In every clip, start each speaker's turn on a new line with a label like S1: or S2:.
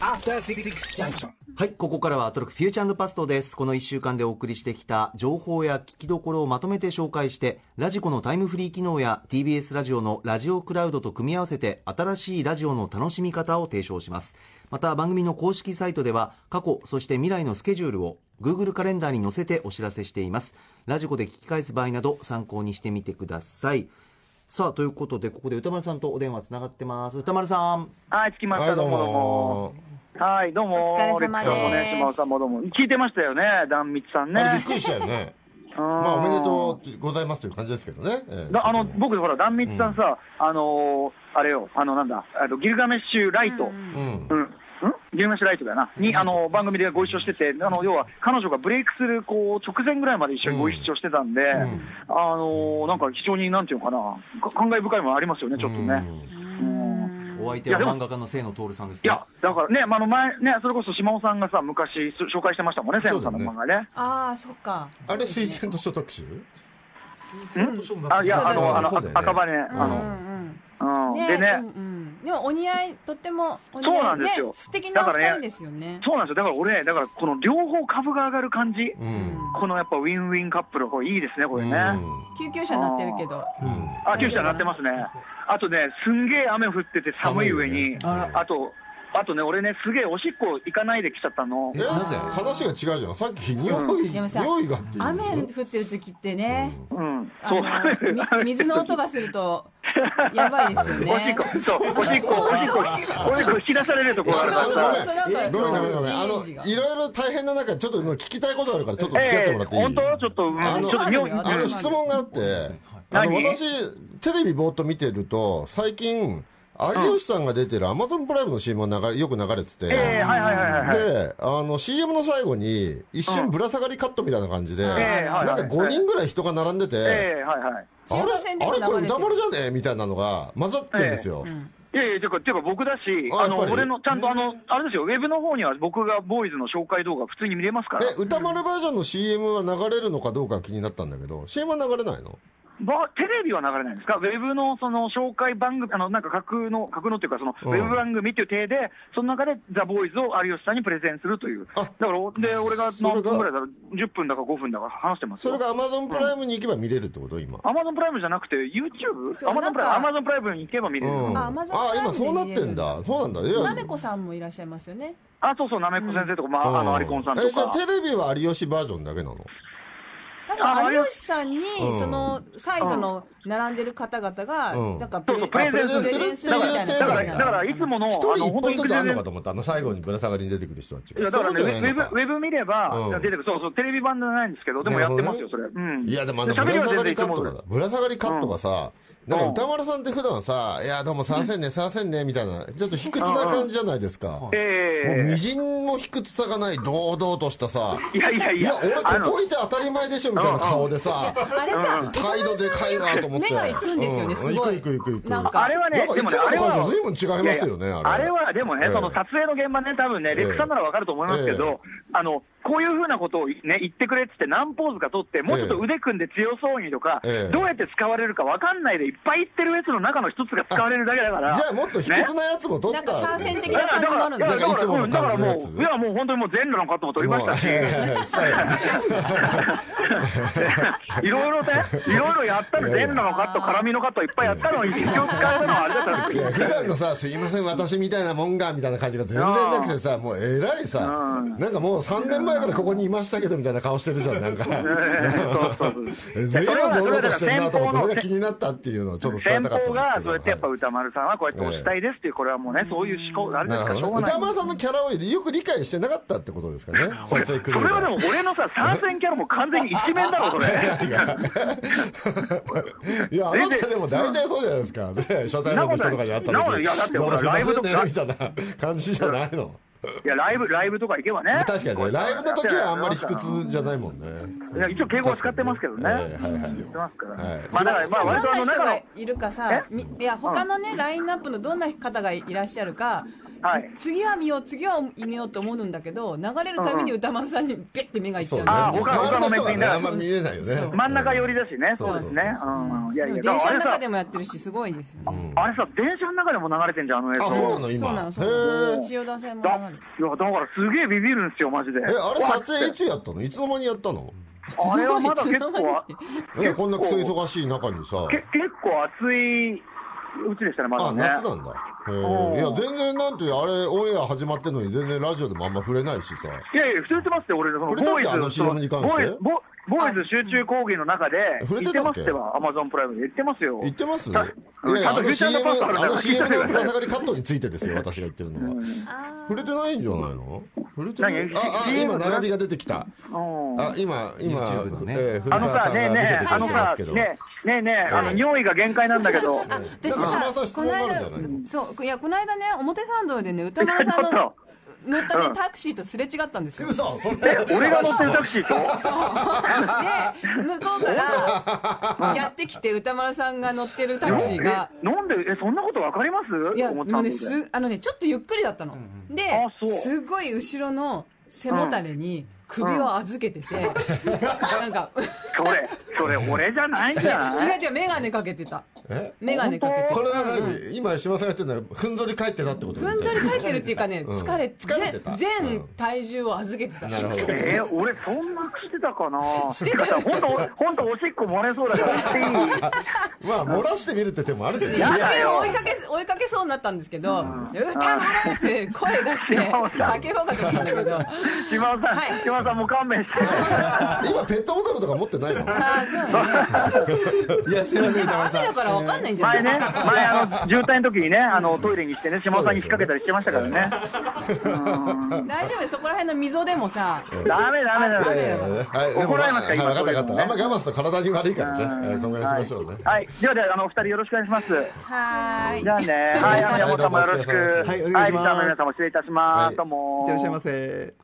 S1: After Six Junction.
S2: はい、ここからはアトロックフューチャーパストです。この1週間でお送りしてきた情報や聞きどころをまとめて紹介して、ラジコのタイムフリー機能や TBS ラジオのラジオクラウドと組み合わせて新しいラジオの楽しみ方を提唱します。また番組の公式サイトでは過去、そして未来のスケジュールを Google カレンダーに載せてお知らせしています。ラジコで聞き返す場合など参考にしてみてください。さあ、ということで、ここで歌丸さんとお電話つながってます。歌丸さん。
S3: はい、着きました、どうもどうも。はい、どうも。
S4: お疲れ様です
S3: レッツゴーね、島尾さんもどうも。聞いてましたよね、壇蜜さんね。
S5: あれびっくりしたよ ね。ま
S3: ま
S5: あ、おめでとうございますという感じですけどね。ええ
S3: だあの僕、ほら、壇蜜さんさ、あのーあれよ、あの、なんだ、あのギルガメッシュライト、うん、
S5: うん。
S3: うんギルガメッシュライトだよな、に、あの番組でご一緒してて、あの要は、彼女がブレイクするこう直前ぐらいまで一緒にご一緒してたんで、
S5: ん
S3: あのーなんか非常に、なんていうのかな、か感慨深いものありますよね、ちょっとね。うん
S2: お相手は漫画家の清野徹さんです
S3: い
S2: ね。
S3: や、だからね、まあ、あの前ね、それこそ島尾さんがさ、昔、す紹介してましたもんね、千野さんの漫画ね。
S4: ああ、そっか。
S5: あれ、推薦図書特集
S3: あ、いや、あの、あの、
S5: そうだよね
S3: あ赤羽ね、
S4: うんう
S3: あ
S4: ん。
S3: の、うん、
S4: ね
S3: で
S4: うん
S3: ね、
S4: うんでもお似合い、とってもお似合い
S3: そうなんですよ
S4: ね素敵なお
S3: だから
S4: 二人
S3: ね
S4: ですよね。
S3: そうなんですよ。だから俺ね、だからこの両方株が上がる感じ、
S5: うん。
S3: このやっぱウィンウィンカップル、これいいですね、これね。
S4: 救急車になってるけど。
S5: うんうん
S3: あ、救急車鳴ってますね。あとね、すんげえ雨降ってて寒い上に、
S5: 寒いよねあら
S3: あと、あとね、俺ね、すげえおしっこ行かないで来ちゃったの
S5: え。なぜ話が違うじゃん。さっき、匂い、
S4: でもさ
S5: 匂いがっていう。
S4: 雨降ってる時ってね、
S3: うん、
S4: あ
S3: そう。
S4: のみ水の音がすると、やばいですよね。
S3: おしっこ、そう、おしっこ、おしっこ、おしっこ引き出されるところあるから
S4: そう
S3: さ。
S4: そうそうなんか
S5: ごめんなさい、ごめんなさい。あ
S4: イメージが
S5: の、いろいろ大変な中、ちょっと今聞きたいことあるから、ちょっと付き合っ
S3: え
S5: て
S3: え
S5: もらっていい
S3: 本当ちょっと、うん
S5: あの
S3: ちょっと
S4: あるよ
S5: あ
S4: る
S5: の
S4: よ
S5: 質問があって、あ
S3: 何
S5: の私、テレビぼーっと見てると、最近、有吉さんが出てるアマゾンプライムの CM が流れよく流れてて、
S3: ええはいはいはいはい。
S5: で、あの CM の最後に、一瞬ぶら下がりカットみたいな感じで、
S3: ええはいはい
S5: なんか5人ぐらい人が並んでて、
S3: ええはいはい。
S5: あれ
S4: 中央線で
S5: あ
S4: も
S5: れ
S4: 流れてる
S5: これ歌丸じゃねえみたいなのが混ざってんですよ。
S3: いやいや、てか、てか僕だし、
S5: あ
S3: あ
S5: やっ
S3: の、
S5: ぱり
S3: 俺の、ちゃんとあの、あれですよ、ウェブの方には僕がボーイズの紹介動画普通に見れますから。
S5: え、歌丸バージョンの CM は流れるのかどうか気になったんだけど、CM は流れないの
S3: ばテレビは流れないんですかウェブのその紹介番組、あの、なんか架空の、架空のっていうか、その、
S5: うん
S3: ウェブ番組っていう体で、その中でザ・ボーイズを有吉さんにプレゼンするという。
S5: あ
S3: だから、おで、俺が
S5: れが
S3: 何分ぐらいだろう ?10 分だか5分だか話してます
S5: そ
S3: よ。
S5: れが Amazon プライムに行けば見れるってこと今。
S3: アマゾンプライムじゃなくて、YouTube?
S4: そう
S3: アマゾンプライム、
S4: な
S3: ア
S4: んか
S3: マゾンプライムに行けば見れる。
S5: うん
S4: あ Amazon
S5: あ今
S4: プラ
S5: そ
S4: イ
S5: う
S4: ム
S5: な
S4: で見れ
S5: って
S4: る
S5: ん
S4: んだ
S5: だ。そうなんだ。い
S4: なめこさんもいらっしゃいますよね。
S3: あ、そうそう、なめこ先生とか、まあ、あの、アリコンさんと
S5: え、じゃあ
S3: か。
S5: テレビは有吉バージョンだけなの
S4: 多
S3: あ
S4: 分有吉さんに
S5: ん
S4: そのサイドの並んでる方々が
S5: うん
S4: なんかプ
S3: そう
S4: レ
S3: そう、プレゼン
S5: あ
S3: す
S4: プレ
S3: る
S4: ゼ
S5: る
S4: ンするみたいな
S3: だか
S5: プ
S3: ら、
S5: レゼンする
S3: だからいつもの、
S5: 一人
S3: あの、
S5: 一
S3: 本当
S5: 本
S3: に
S5: ず
S3: プ
S5: つあ
S3: レ
S5: ん
S3: ゼ
S5: の
S3: ン
S5: かと思った。あの最後にぶら下がりに出てくる人は違。
S3: いうやだからね、ウ
S5: そうじゃない
S3: ェ
S5: の
S3: ブウ
S5: か
S3: ェブ見れば、
S5: う
S3: 出
S5: ん
S3: てくる、そうそう、テレビ版じゃないんですけど、でもやってますよ、それ。うん。
S5: いやでもあの
S3: で
S5: ぶ
S3: 喋り
S5: ら
S3: は
S5: 下が
S3: 全然
S5: り
S3: い
S5: カ
S3: つ
S5: ッ
S3: も
S5: ト
S3: 通
S5: が
S3: り
S5: さぶら下がりカットがさ、なんか歌丸さんって普段さ「いやどうも参戦ね参戦ね」みたいなちょっと卑屈な感じじゃないですか、もう
S3: え
S5: みじんも卑屈さがない堂々としたさ
S3: えいやいやい
S5: 「いや
S3: や、
S5: 俺
S3: あ
S5: こ
S3: の
S5: こ、いて当たり前でしょ」みたいな顔でさ
S4: あれさ、
S5: 態度でかいなと思って
S4: 目が行くんですよねすごい
S5: 行く行く行く行く
S4: なんか
S3: あれは
S5: な
S3: ね
S5: んか、
S3: で
S5: い
S3: も
S5: つ
S3: ね、
S5: も
S3: あれ
S5: の感
S3: は、
S5: じ随分違いますよね
S3: いやいや
S5: あれ
S3: はでもね、
S5: ええ
S3: その撮影の現場ね、多分ね、レクさんならわかると思いますけど、あの、こういうふうなことをね、言ってくれってって何ポーズか撮って、もうちょっと腕組んで強そうにとか、
S5: ええ
S3: どうやって使われるかわかんないでいっぱい言ってるやつの中の一つが使われるだけだから。
S5: じゃあもっと卑屈なやつも撮っ
S4: な
S5: た
S4: んから参戦的
S3: いや
S4: な感じもあるんだ
S3: だ
S5: なん
S3: か
S5: かい
S3: ら、
S5: つもの
S3: だから
S5: 感じのや
S3: も
S5: つ
S3: う、いや、もう本当にもう全裸のカットも撮りましたし、 いろいろね、いろいろやったの、全裸のカット、絡みのカットいっぱいやったのに、一応使えたのは あれだったん
S5: いや
S3: です
S5: 普
S3: よ。
S5: 段のさ「すいません私みたいなもんが」みたいな感じが全然なくてさもうえらいさ
S3: うん
S5: なんかもう3年前からここにいましたけどみたいな顔してるじゃん なんか
S3: そう そうそう
S5: 全部堂々としてるなと思
S3: それは
S5: ってそれ
S3: だから
S5: が気になったっていうのをちょっと伝え
S3: 先
S5: たかっ
S3: 方
S5: た
S3: が
S5: ん、
S3: そうやっ
S5: で
S3: て
S5: すけ
S3: やっぱ
S5: ど
S3: 歌丸さんはこうやっておしたいですっていう、これはもうね、そういう思考、あれです
S5: な
S3: から、し
S5: る
S3: ょう
S5: ほ
S3: が
S5: ど
S3: ない
S5: 歌。丸さんのキャラをよく理解してなかったってことですかね撮影
S3: そ
S5: 来
S3: れ
S5: る
S3: はでも 俺のさ、参戦キャラも完全に一面だろ、そ れ。
S5: いやあなたでも大体そうじゃないですかね初対面の人とかに会った
S3: なことないいやだっ
S5: 時
S3: てほら
S5: どうもすいませんね
S3: ライブとか
S5: みたいな感じじゃないの
S3: いや、ライブ、ライブとか行けばね。
S5: 確かにねライブの時はあんまり卑屈じゃないもんね
S3: いや一応敬語は使ってますけどね
S5: ええはいはい
S3: 言ってますから、
S5: はい
S3: まあだから、まあ、
S4: どん
S3: 割と
S4: な
S3: あの
S4: 人
S3: 中
S4: が
S3: の、
S4: いるかさ、みいや他のねラインナップのどんな方がいらっしゃるか、
S3: はい
S4: 次は見よう、次は見ようと思うんだけど、流れるたびに歌丸さんにピッて目がいっち
S5: そう
S4: ゃう
S5: ね
S4: ん
S3: あ
S4: だ
S3: ー
S4: よね。
S3: 他他の面
S5: 周り人が
S3: 組
S5: ね
S3: だ
S5: あんま見えないよね
S4: そう。
S3: 真ん中寄りだしね、
S5: そう
S3: そうですね。
S5: そうそう
S3: うん、いやいや、
S4: でも電車の
S3: だから
S4: 中
S3: あれ
S4: で
S3: さ
S4: もやってるし、すごいですよね。
S3: あれさ、電車の中でも流れてんじゃん、あの映像。
S5: あ、そうなの
S4: そうな
S5: 今。
S4: の、
S5: へ
S4: そうな
S5: え
S4: の。千代田線も
S3: だ
S4: 流れてる。
S3: いやだからすげえビビるんですよ、マジで。
S5: え、あれ撮影い
S3: つ
S5: つやったのいつの間にやったの
S3: あれはまだ
S4: い
S3: 結
S4: つの間に
S3: 構 あ、
S5: いや、こんなクソ忙しい中にさ。
S3: け結構暑いうちでしたね、まだ
S5: あ、
S3: ね。
S5: 夏なんだ。へ
S3: うん
S5: え。いや、全然なんて、あれ、オンエア始まってんのに、全然ラジオでもあんま触れないしさ。
S3: いやいや、触れてますよ、俺、その
S5: 触れたっ
S3: ボー
S5: け
S3: イズ
S5: あの CM に関して
S3: ボーイズボボーイズ集中講義の中で、
S5: 触れ
S3: 言ってて
S5: た
S3: ま
S5: っけ
S3: すってば、アマゾンプライムで言ってますよ。
S5: 言ってますい
S3: た
S5: やいや、あの
S3: ちゃん
S5: CM、
S3: とフューチャーパスあるか
S5: あ
S3: ら
S5: の
S3: 聞いて
S5: CM
S3: ください
S5: のぶら下がりカットについてですよ、私が言ってるのは。触れてないんじゃないの触れてない。
S3: 何
S5: あ、あ、
S3: CM
S5: 今、並びが出てきた。
S3: うん
S5: あ、今、今、
S2: YouTube のね
S5: えー古
S3: あの
S5: 川さ
S3: さ、
S5: ん
S3: ねえ
S5: が見せ
S3: ね
S5: て
S3: え、
S5: く
S3: あ
S5: れ
S3: の
S5: てま
S3: さ
S5: すけ、ど。
S3: ねえ、ねえねえ、あの、匂いが限界なんだけど、
S4: 私
S5: だから島
S4: さ、
S5: 田さ
S4: こ
S5: ん
S4: の
S5: 質問があるん
S4: 間
S5: じゃない、
S4: そう、いや、この間ね、表参道でね、歌丸さんの
S3: ちょっ
S4: 乗った
S3: うん
S4: ね、タクシーとすれ違ったんですよ。で、
S5: 嘘そんな
S3: 俺が乗ってるタクシーと、
S4: 向こうからやってきて、歌丸さんが乗ってるタクシーが。
S3: えなんで、え、そんなことわかります
S4: いや、も
S3: 思った
S4: うん
S3: で
S4: ね、
S3: す。
S4: す、あのね、ちょっとゆっくりだったの。で
S3: あそう、
S4: すごい後ろの背もたれに首を預けてて、なんか、
S3: それ、それ俺じゃないんじゃない
S4: 違う違う、メガネかけてた。
S5: え
S4: メガネかけて
S5: それは何今、島さんがやってるのは、ふんぞり返ってたってこと
S4: ふんぞり返ってるっていうかね、
S5: ん
S4: 疲れ、
S5: 疲れてた
S4: 全
S5: う
S4: 全
S5: ん
S4: 体重を預けてた。
S5: なるほど。
S3: えー、俺そんなしてたかな
S4: してたよ
S3: 本当本当おしっこ漏れそうだから言っていい
S5: まあ、漏らしてみるって手もあるけどね
S4: 一瞬追いかけ、追いかけそうになったんですけど、歌丸って声出して、叫ぼうかと思ったんだけど、
S3: 島尾さん、
S4: はい
S3: 島尾さんもう勘弁して
S5: 今、ペットボトルとか持ってないの
S4: ああ、そうね。
S2: いや、すいませ
S4: で
S2: ん、
S4: も
S2: 歌丸
S4: 雨
S2: さ
S4: だ。
S2: ん
S4: からわかんないんじゃな
S3: 前
S4: い
S3: ね前あの渋滞の時にねあのトイレに行ってね島尾さんに引っ掛けたりしてましたからね
S4: 大丈夫そこら辺の溝でもさ、
S3: ダメダメダ
S4: あ
S3: メ
S4: メだ
S5: はいでも
S3: 怒られますか
S5: はい
S3: 今
S5: わかったわか
S3: これ
S5: った。あんま我慢すると体に悪いからね。はいこんぐらいしましょうね。
S3: はい、ではではあのお二人よろしくお願いします
S4: はーい
S3: じ。ゃあねはいあの山本さんもよろしく
S5: はい
S2: お願いします
S3: リスナーの皆さんも失礼いたします、
S5: はい
S3: どうも
S2: いってらっしゃいませ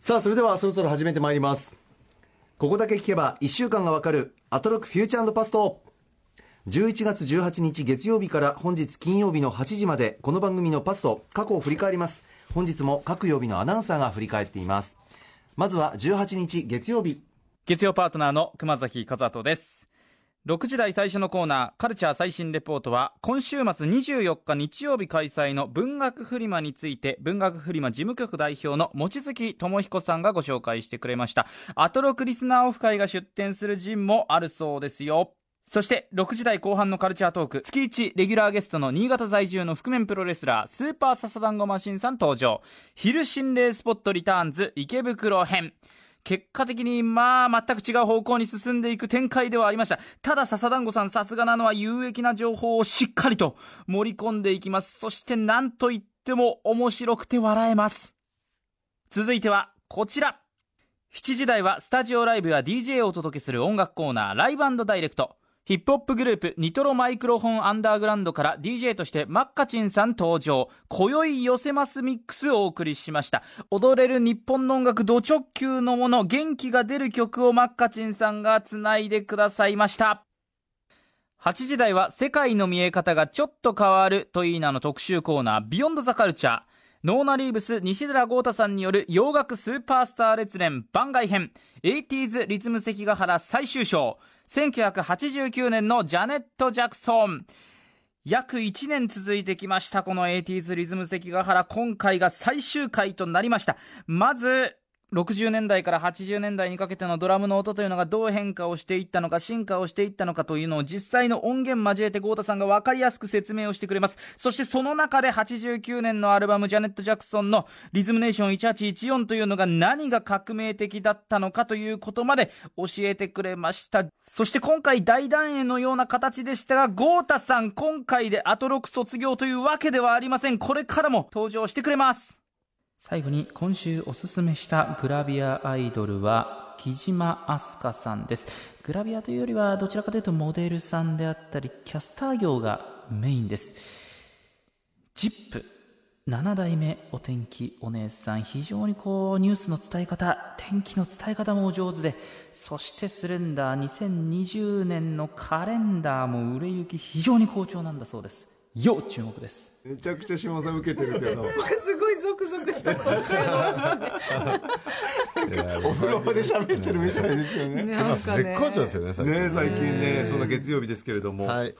S2: さあそれではそろそろ始めてまいりますここだけ聞けば1週間がわかるアトロックフューチャーパスト11月18日月曜日から本日金曜日の8時までこの番組のパスト過去を振り返ります本日も各曜日のアナウンサーが振り返っていますまずは18日月曜日
S1: 月曜パートナーの熊崎和人です6時台最初のコーナー「カルチャー最新レポートは」今週末24日日曜日開催の文学フリマについて文学フリマ事務局代表の望月智彦さんがご紹介してくれましたアトロクリスナーオフ会が出展するジンもあるそうですよそして6時台後半のカルチャートーク月1レギュラーゲストの新潟在住の覆面プロレスラースーパーササダンゴマシンさん登場昼心霊スポットリターンズ池袋編結果的にまあ全く違う方向に進んでいく展開ではありましたただ笹団子さんさすがなのは有益な情報をしっかりと盛り込んでいきますそして何と言っても面白くて笑えます続いてはこちら7時台はスタジオライブや DJ をお届けする音楽コーナーライブダイレクトヒップホップグループニトロマイクロフォンアンダーグラウンドから DJ としてマッカチンさん登場今宵寄せますミックスをお送りしました踊れる日本の音楽ド直球のもの元気が出る曲をマッカチンさんがつないでくださいました8時台は世界の見え方がちょっと変わるといいなの特集コーナービヨンドザカルチャーノーナリーブス西寺豪太さんによる洋楽スーパースター列伝番外編 80s リズム関ヶ原最終章1989年のジャネット・ジャクソン約1年続いてきましたこの 80s リズム関ヶ原今回が最終回となりましたまず60年代から80年代にかけてのドラムの音というのがどう変化をしていったのか進化をしていったのかというのを実際の音源交えて豪太さんが分かりやすく説明をしてくれますそしてその中で89年のアルバムジャネット・ジャクソンの「リズムネーション1814」というのが何が革命的だったのかということまで教えてくれましたそして今回大団円のような形でしたが豪太さん今回でアトロク卒業というわけではありませんこれからも登場してくれます最後に今週おすすめしたグラビアアイドルは木島明日香さんですグラビアというよりはどちらかというとモデルさんであったりキャスター業がメインですジップ7代目お天気お姉さん非常にこうニュースの伝え方天気の伝え方もお上手でそしてスレンダー2020年のカレンダーも売れ行き非常に好調なんだそうです要注目 です
S2: めちゃくちゃ下さん受けてる けど
S4: すごいゾクゾクした今週
S2: お風呂場で喋ってるみたいですよね
S4: の
S5: ま
S4: な
S5: あ
S4: んか
S5: 絶
S4: ね
S5: 好調ですよね、最近。
S2: ね最近ねそんな月曜日ですけれども
S5: はい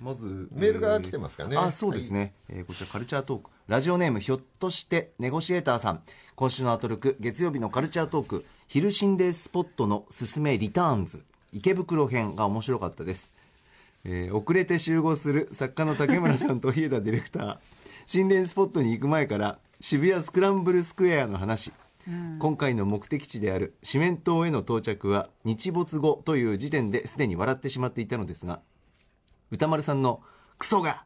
S2: まず
S5: メールが来てますかね
S2: あそうですね、えーこちらカルチャートークラジオネームひょっとしてネゴシエーターさん今週のアトロク月曜日のカルチャートーク昼心霊スポットのすすめリターンズ池袋編が面白かったです、えー遅れて集合する作家の竹村さんと日枝ディレクター心霊スポットに行く前から渋谷スクランブルスクエアの話今回の目的地である四面島への到着は日没後という時点ですでに笑ってしまっていたのですが歌丸さんの「クソが!」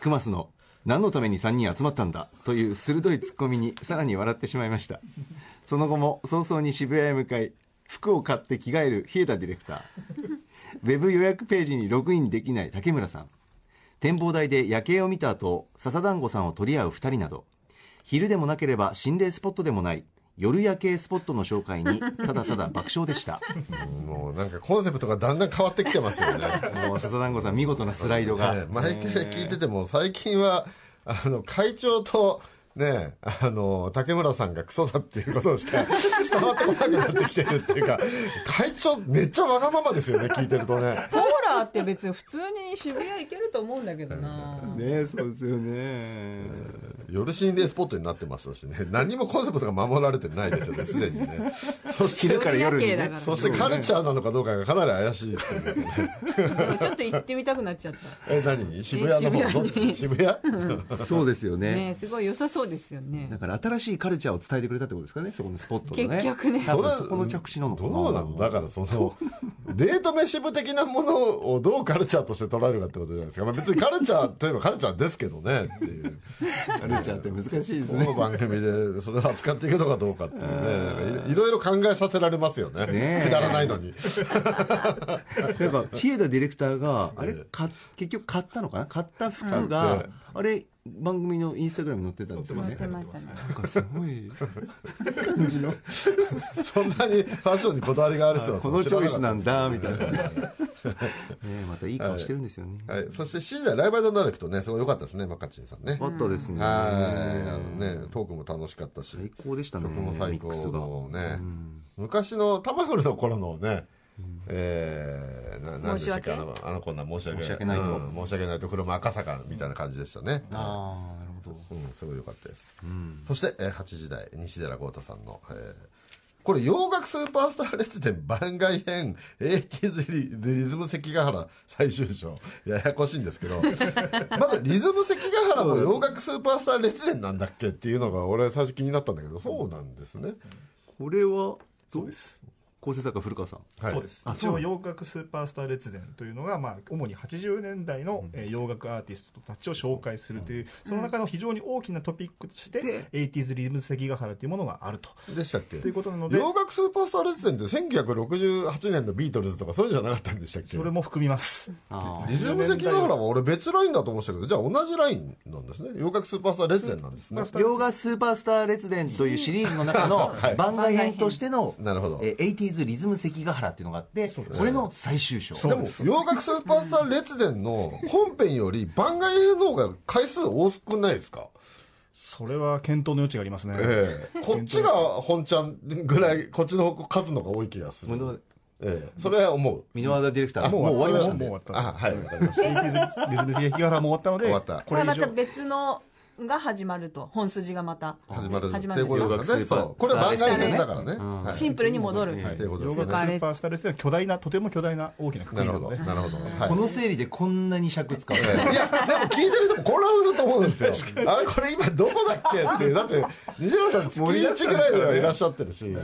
S2: クマスの「何のために3人集まったんだ」という鋭いツッコミにさらに笑ってしまいましたその後も早々に渋谷へ向かい服を買って着替える日枝ディレクターウェブ予約ページにログインできない竹村さん展望台で夜景を見た後笹団子さんを取り合う2人など昼でもなければ心霊スポットでもない夜夜景スポットの紹介にただただ爆笑でした
S5: もうなんかコンセプトがだんだん変わってきてますよね。
S2: もう笹団子さん見事なスライドが、
S5: ね毎回聞いてても、最近は、あの、会長と、ねあの、竹村さんがクソだっていうことしか 伝わってこなくなってきてるっていうか、会長めっちゃわがままですよね、聞いてるとね。
S4: ポーラーって別に普通に渋谷行けると思うんだけどな
S2: ねそうですよね
S5: 夜心霊スポットになってますしね、何もコンセプトが守られてないです よね、すでにね。そして、
S2: 昼から夜に
S4: 夜夜景だ
S2: ね
S4: から
S5: そしてカルチャーなのかどうかがかなり怪しいですよね。
S4: でもちょっと行ってみたくなっちゃっ
S5: え、何渋谷の方どっち渋谷
S2: そうですよ
S4: た
S2: ね
S4: ねすごい良さそうですよね
S2: だから新しいカルチャーを伝えてくれたってことですかねそこのスポットのね
S4: 結局ね
S2: 多分
S5: れ
S2: そこの着地なのかな
S5: どうなのだからそのデート飯部的なものをどうカルチャーとして捉えるかってことじゃないですか、まあ、別にカルチャー といえばカルチャーですけどねっていう
S2: カルチャーって難しいです
S5: こ
S2: ね
S5: の番組でそれを扱っていくのかどうかっていうねなんかいろいろ考えさせられますよね
S2: ねえ
S5: くだらないのに
S2: やっ ぱ日枝ディレクターがあれか結局買ったのかな買った服が、
S5: うん
S2: あれ番組のインスタグラムに載ってたんですよ
S4: 行
S2: ね
S4: ってましたね
S2: なんかすごい感じ の
S5: そんなにファッションにこだわりがある人は
S2: このチョイスなんだみた いなね
S5: は
S2: またいい顔してるんですよね、
S5: い、そして7時台ライブダイナレクトねすごい良かったですねマッカッチンさんね
S2: あったですね
S5: はいあのねトークも楽しかったし
S2: 最高でしたね
S5: 曲も最
S2: ミックス
S5: 高
S2: が
S5: のね、昔のタマフルの頃のね、えー、ななんでしたっけ
S4: 申
S5: あ
S4: し
S5: のあの子な申し訳
S2: 申し訳ないと
S5: うん申し訳ないとこれも赤坂みたいな感じでしたね、
S2: ああなるほど
S5: うん、すごい良かったです、そして、えー、8時台西寺豪太さんの、えーこれ洋楽スーパースター列伝番外編 80s リリズム関ヶ原最終章ややこしいんですけどまだリズム関ヶ原も洋楽スーパースター列伝なんだっけっていうのが俺最初気になったんだけどそうなんですね、
S2: これは
S6: そうです
S2: 構成作家古川さん
S5: はい、
S6: そうです
S2: あ
S6: 一
S2: そう
S6: 応
S2: なんです
S6: 洋楽スーパースター列伝というのが、まあ、主に80年代の、えー洋楽アーティストたちを紹介するという、その中の非常に大きなトピックとして、80s リズム関ヶ原というものがあると
S5: でしたっけ
S6: ということなので
S5: 洋楽スーパースター列伝って1968年のビートルズとかそういうんじゃなかったんでしたっけ
S6: それも含みます
S2: あ
S5: 二重無関ヶ原は俺別ラインだと思ってたけどじゃあ同じラインなんですね洋楽スーパースター列伝なんですね
S6: スター
S2: 洋画スーパースター列伝というシリーズの中の
S5: はい
S2: 番外編としての、
S5: なるほど
S2: えー、80s リズム関ヶ原っていうのがあって、これの最終章。
S5: でも洋楽スーパースター列伝の本編より番外編の方が回数多くないですか
S6: それは検討の余地がありますね、
S5: ええこっちが本ちゃんぐらいこっちの方数の方が多い気がする
S2: 箕輪
S5: ええそれは思う
S2: 箕輪田ディレクター、もう終わりましたんで
S6: もう終わ
S5: あはいわかりました
S6: ったリズム関ヶ原も終わったので
S5: 終わった
S4: これまた別のが始まると本筋がまた
S5: 始まる
S4: 始まるんです
S5: という
S4: よ
S5: ことだねそうこれ番外編だからねはい
S4: シンプルに戻る、
S5: ということで
S6: 洋
S5: す
S6: 楽
S5: ね
S6: スーパースター列伝は巨大なとても巨大な大きな括
S5: な
S6: り
S5: る
S6: な
S5: ほ
S6: の
S5: ど
S6: で
S5: なるほどはい
S2: この整理でこんなに尺使う。
S5: いや、でも聞いてる人も混乱すると思うんですよ。あれ、これ今どこだっけ って。だって、西原さん月1ぐらいではいらっしゃってるし、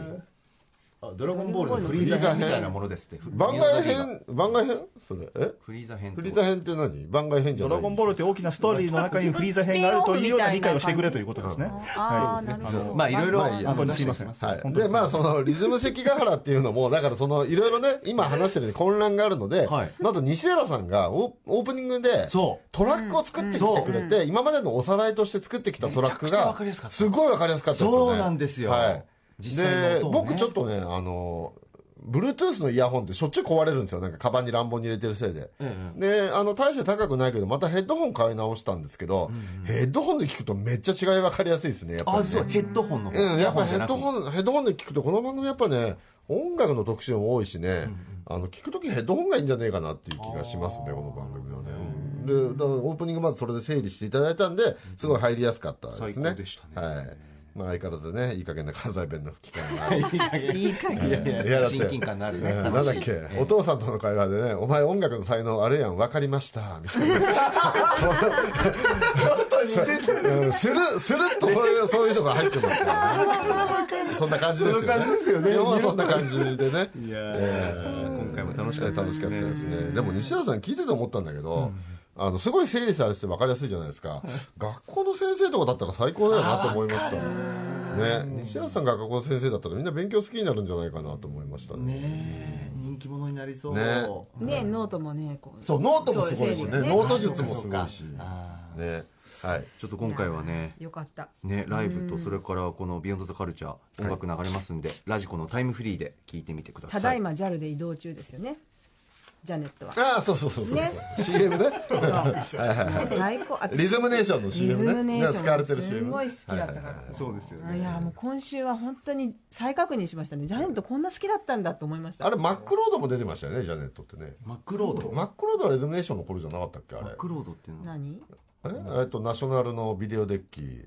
S2: あドラゴンボールのフリーザ編みたいなものですって。
S5: 番外編、番外編それ、え
S2: フリーザ編と。
S5: フリーザ編って何番外編じゃ
S6: ド
S5: な
S6: ラ
S5: い
S6: ゴンボールという大きなストーリーの中にフリーザ編があるというような理解をしてくれということですね。
S4: ああなるほど
S2: まあいろいろ、
S5: まあいいや
S2: あの
S6: 本当にすいません。
S5: はい、でまあそのリズム関ヶ原っていうのもだからそのいろいろね今話してるように混乱があるので、
S2: はい
S5: まず西寺さんがオオープニングで
S2: そう
S5: トラックを作ってきてくれて、今までのおさらいとして作ってきたトラック
S2: めちゃくちゃわ
S5: が
S2: かりやすかった
S5: すごいわかりやすかったですよね
S2: そうなんですよ
S5: はい、
S2: 実際の
S5: で
S2: 音をね
S5: 僕ちょっとねあの Bluetooth のイヤホンってしょっちゅう壊れるんですよ。なんか、カバンに乱暴に入れてるせいで。で、あの、大して高くないけど、またヘッドホン買い直したんですけど、ヘッドホンで聞くとめっちゃ違い分かりやすいですね、やっぱり、
S2: あ
S5: ね。
S2: そうヘッドホンの方
S5: うん、やっぱヘッド
S2: ン
S5: ホン、ヘッドホンで聞くと、この番組やっぱね、音楽の特集も多いしね、あの、聞くときヘッドホンがいいんじゃねえかなっていう気がしますね、この番組はね。うんで、だからオープニングまずそれで整理していただいたんで、すごい入りやすかったで
S2: 最
S5: す
S2: 高
S5: ね。
S2: でしたね
S5: はい。まあ相変わらずね、いい加減な関西弁の吹き替えがある。
S4: いい加減
S2: いやいや
S5: いやだって
S2: 親近感のあるね
S5: うん
S2: 楽
S5: なん
S2: しい
S5: だっけ、お父さんとの会話でね、お前音楽の才能あれやん、分かりました、みた いな。 うんスルッ、スルッとそういう、そういうのが入ってますからね。そんな感じですよ
S2: そ
S5: ね。
S2: んな感じですよね
S5: 日本はそんな感じでね。
S7: いや
S5: 今回も楽しかった。楽しかったですね。でも西田さん聞いてて思ったんだけど、あの、すごい整理されてて分かりやすいじゃないですか。学校の先生とかだったら最高だよなと思いました。ね、西田さんが学校の先生だったらみんな勉強好きになるんじゃないかなと思いましたね。
S2: ねえ人気者になりそう
S5: ね
S4: ねノートもねこう
S5: そう、ノートもすごいし
S4: そう
S5: ね。
S4: ですね
S5: ノート術もすごいし。
S2: あー
S5: ね。はい。
S2: ちょっと今回はね
S4: よかった
S2: ね、ライブとそれからこの「ビヨンドザカルチャー音楽流れますんで、ラジコのタイムフリーで聞いてみてくださ
S4: ただ
S2: い
S4: いま JAL で移動中ですよねジャネットは
S5: ああ、そうそうそうそう。
S4: ね
S5: CM ね。
S4: そう
S5: はいはいはい。
S4: 最高あ
S5: リズムネーションの
S4: リズ
S5: CM
S4: ム
S5: ね。
S4: ネーション
S5: 使われてる CM。
S4: すごい好きだったから
S7: そうですよね。
S4: いやもう今週は本当に再確認しましたねジャネットこんな好きだったんだと思いました
S5: あれ、マックロードも出てましたよね、ジャネットってね。
S2: マックロード
S5: マックロードはリズムネーションの頃じゃなかったっけ、あ
S2: マ
S5: れ
S2: ッ。クロードっていうのは
S4: 何
S5: ええっと、ナショナルのビデオデッキ。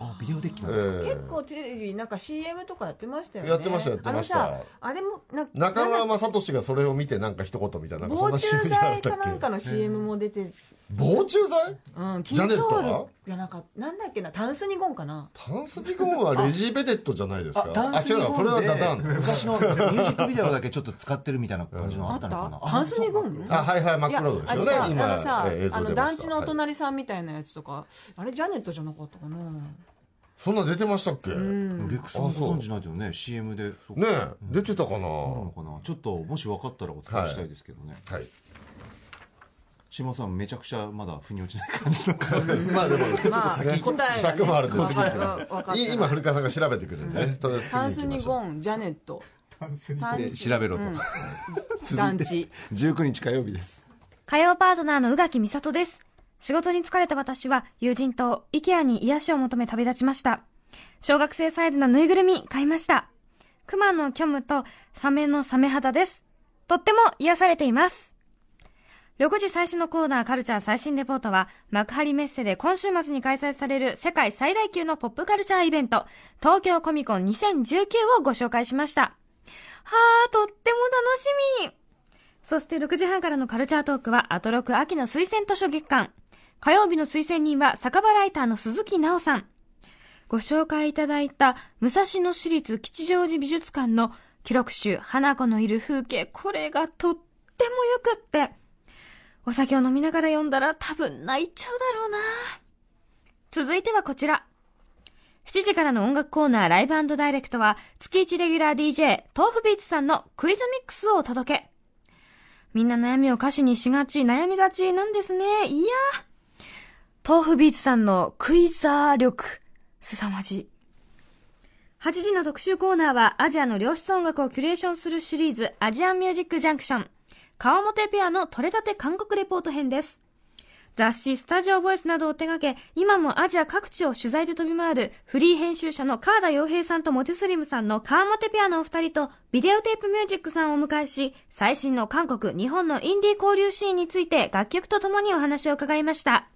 S2: あビデオデッキなんですか、
S5: 結
S4: 結構テレビなんか CM とかやってましたよね
S5: やってましたやってました
S4: あのさあれもな
S5: 中
S4: なん
S5: 村
S4: だ
S5: 雅俊がそれを見てなんか一言みたいななんかそ
S4: 防
S5: んな CM
S4: 虫
S5: じゃなかっ
S4: 剤
S5: た
S4: かな
S5: っ
S4: ん
S5: け
S4: かの CM も出て
S5: 防虫剤
S4: うんキ
S5: ジャ
S4: ン
S5: ネ
S4: チ
S5: ット
S4: ョ
S5: は
S4: ールじゃなかったなんだっけなタンスニゴンかな
S5: タンスティコンはレジーベデットじゃないですか
S2: あダンス
S5: 違うなそれはダダン
S2: 昔のミュージックビデオだけちょっと使ってるみたいな感じの
S4: あ
S2: あ
S4: っ
S2: った
S4: た
S2: のかな
S4: タンスニゴン
S5: あはいはいマ
S4: い
S5: ッ
S4: や
S5: クロードですよね
S4: あ違うあのさ、
S5: えー映
S4: あ
S5: 像出ま
S4: の
S5: した
S4: 団地のお
S5: はい
S4: 隣さんみたいなやつとか、あれジャネットじゃなかったかな
S5: そんなん出てましたっけね
S2: うんレックさんもご存知ないけどね CM でそう
S5: え出てたかな
S2: なの
S5: は
S2: かなちょっともし分かったらお伝えしたいですけどね、
S5: い
S2: 島さんめちゃくちゃまだ腑に落ちない感じの感じ
S5: まあでも
S4: まあ答えが、ね、
S5: 尺もあるんですけど
S4: わかわかった
S5: い今古川さんが調べてくれるん でねとりあえず
S4: タンス
S5: 次行
S4: ニ
S5: きましょう
S4: ゴンジャネットタン
S2: で
S4: ス
S2: 調べろと、
S4: 団地
S2: 19日火曜日です
S8: 火曜パートナーの宇垣美里です。仕事に疲れた私は友人と IKEA に癒しを求め旅立ちました。小学生サイズのぬいぐるみ買いました。熊の虚無とサメのサメ肌です。とっても癒されています。6時最新のコーナーカルチャー最新レポートは幕張メッセで今週末に開催される世界最大級のポップカルチャーイベント東京コミコン2019をご紹介しました。はあ、とっても楽しみそして6時半からのカルチャートークは、アトロク秋の推薦図書月間。火曜日の推薦人は、酒場ライターの鈴木奈緒さん。ご紹介いただいた、武蔵野市立吉祥寺美術館の記録集、花子のいる風景、これがとってもよくって、お酒を飲みながら読んだら多分泣いちゃうだろうな続いてはこちら。7時からの音楽コーナーライブダイレクトは、月1レギュラー DJ、豆腐ビーツさんのクイズミックスをお届け。みんな悩みを歌詞にしがち、悩みがちなんですね。いやー。豆腐ビーツさんのクイザー力、凄まじい。8時の特集コーナーは、アジアの良質音楽をキュレーションするシリーズ、アジアンミュージックジャンクション。川本ペアの取れたて韓国レポート編です。雑誌スタジオボイスなどを手掛け、今もアジア各地を取材で飛び回るフリー編集者の川田洋平さんとモテスリムさんの川本ペアのお二人とビデオテープミュージックさんをお迎えし、最新の韓国、日本のインディー交流シーンについて楽曲とともにお話を伺いました。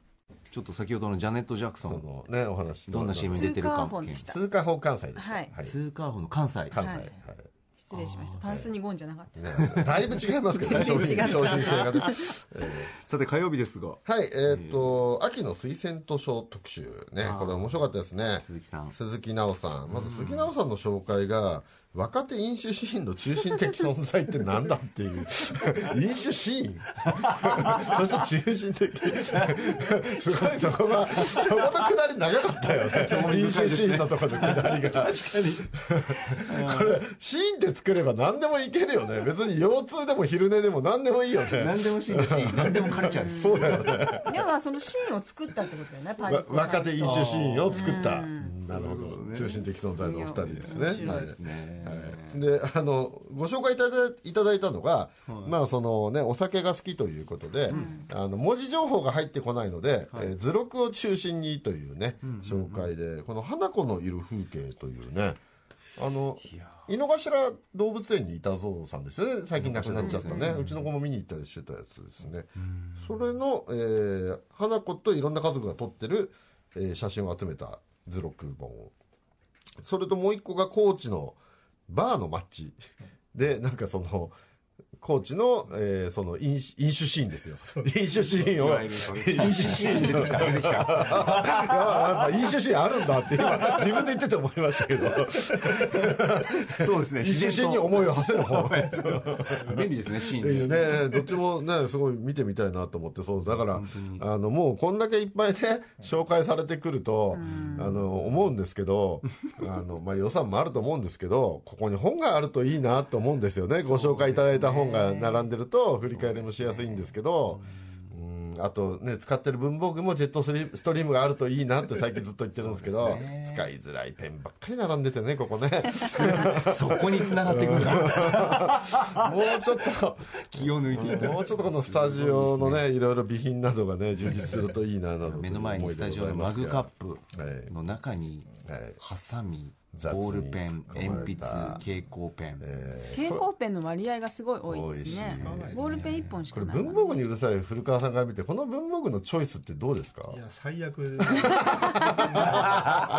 S2: ちょっと先ほどのジャネット・ジャクソン
S5: そのねお話
S2: どんな CM に
S4: 通
S2: 出てる
S4: 貨
S2: か
S4: アホンでした
S5: 通貨法関西でした
S4: はい
S2: 通貨法の関西
S5: 関西
S4: はい失礼しましたタンスニゴンじゃなかった
S5: はいだいぶ違います けどね商
S4: 全然違
S5: 品
S4: う
S5: 商品性がね
S2: さて火曜日ですが
S5: はい、えーっと、秋の推薦図書特集ね、これ面白かったですね。
S2: 鈴木さん
S5: 鈴木奈緒さん。まず鈴木奈緒さんの紹介が、若手飲酒シーンの中心的存在ってなんだって いう。飲酒シーンそして中心的。すごい、そこが、そこのくだり長かったよね。飲酒シーンのところのくだりが。これ、シーンって作れば何でもいける よね。別に腰痛でも昼寝でも何でもいいよね。
S2: 何でもシー ンだし何でもカルチャーですそうだよね
S4: でもまあそのシーンを作ったってことじゃないパリ
S5: わ若手飲酒シーンを作った、うんなるほど中心的存在のお二人ですね。
S4: 面白いです
S2: ね
S5: はい、であのご紹介いただいただいたのが、まあそのね、お酒が好きということで、あの文字情報が入ってこないので、えー図録を中心にというね、紹介でこの花子のいる風景というねあの井の頭動物園にいたぞうさんですよね最近亡くなっちゃったねうちの子も見に行ったりしてたやつですねそれの、えー花子といろんな家族が撮ってる、えー写真を集めた図録本それともう一個が高知のバーのマッチでなんかその高知の、えーその飲酒飲酒シーンですよ飲酒シーンを飲酒シーンをあやっぱ飲酒シーンあるんだって今自分で言ってて思いましたけど
S2: そうですね
S5: 飲酒シーンに思いを馳せる方
S2: 便利ですねシーン
S5: っていうね、どっちもね、すごい見てみたいなと思って、そう、だから、あの、もうこんだけいっぱいね、紹介されてくると、あの、思うんですけど、あの、まあ、予算もあると思うんですけど、ここに本があるといいなと思うんですよね。ご紹介いただいた本が並んでると、振り返りもしやすいんですけど、うんあとね、使ってる文房具もジェットスリストリームがあるといいなって最近ずっと言ってるんですけど、使いづらいペンばっかり並んでてね、ここね。
S2: そこに繋がってくるから
S5: もうちょっと、
S2: 気を抜いていただいて
S5: もうちょっとこのスタジオのね、いろいろ備品などがね、充実するといいななどと
S9: 目の前にスタジオのマグカップ
S5: はい
S9: の中に
S5: はい
S9: ハサミ
S5: 雑に
S9: ボールペン
S5: 突っ込まれ
S9: 鉛筆
S5: た
S9: 蛍光ペン、
S4: 蛍光ペンの割合がすごい多いですね
S5: 多いですね
S4: ボールペン1本し
S5: こ
S4: か
S5: れ
S4: ないもん
S5: 文房具にうるさい古川さんから見て、この文房具のチョイスってどうですか
S6: いや、 最悪です。
S5: こ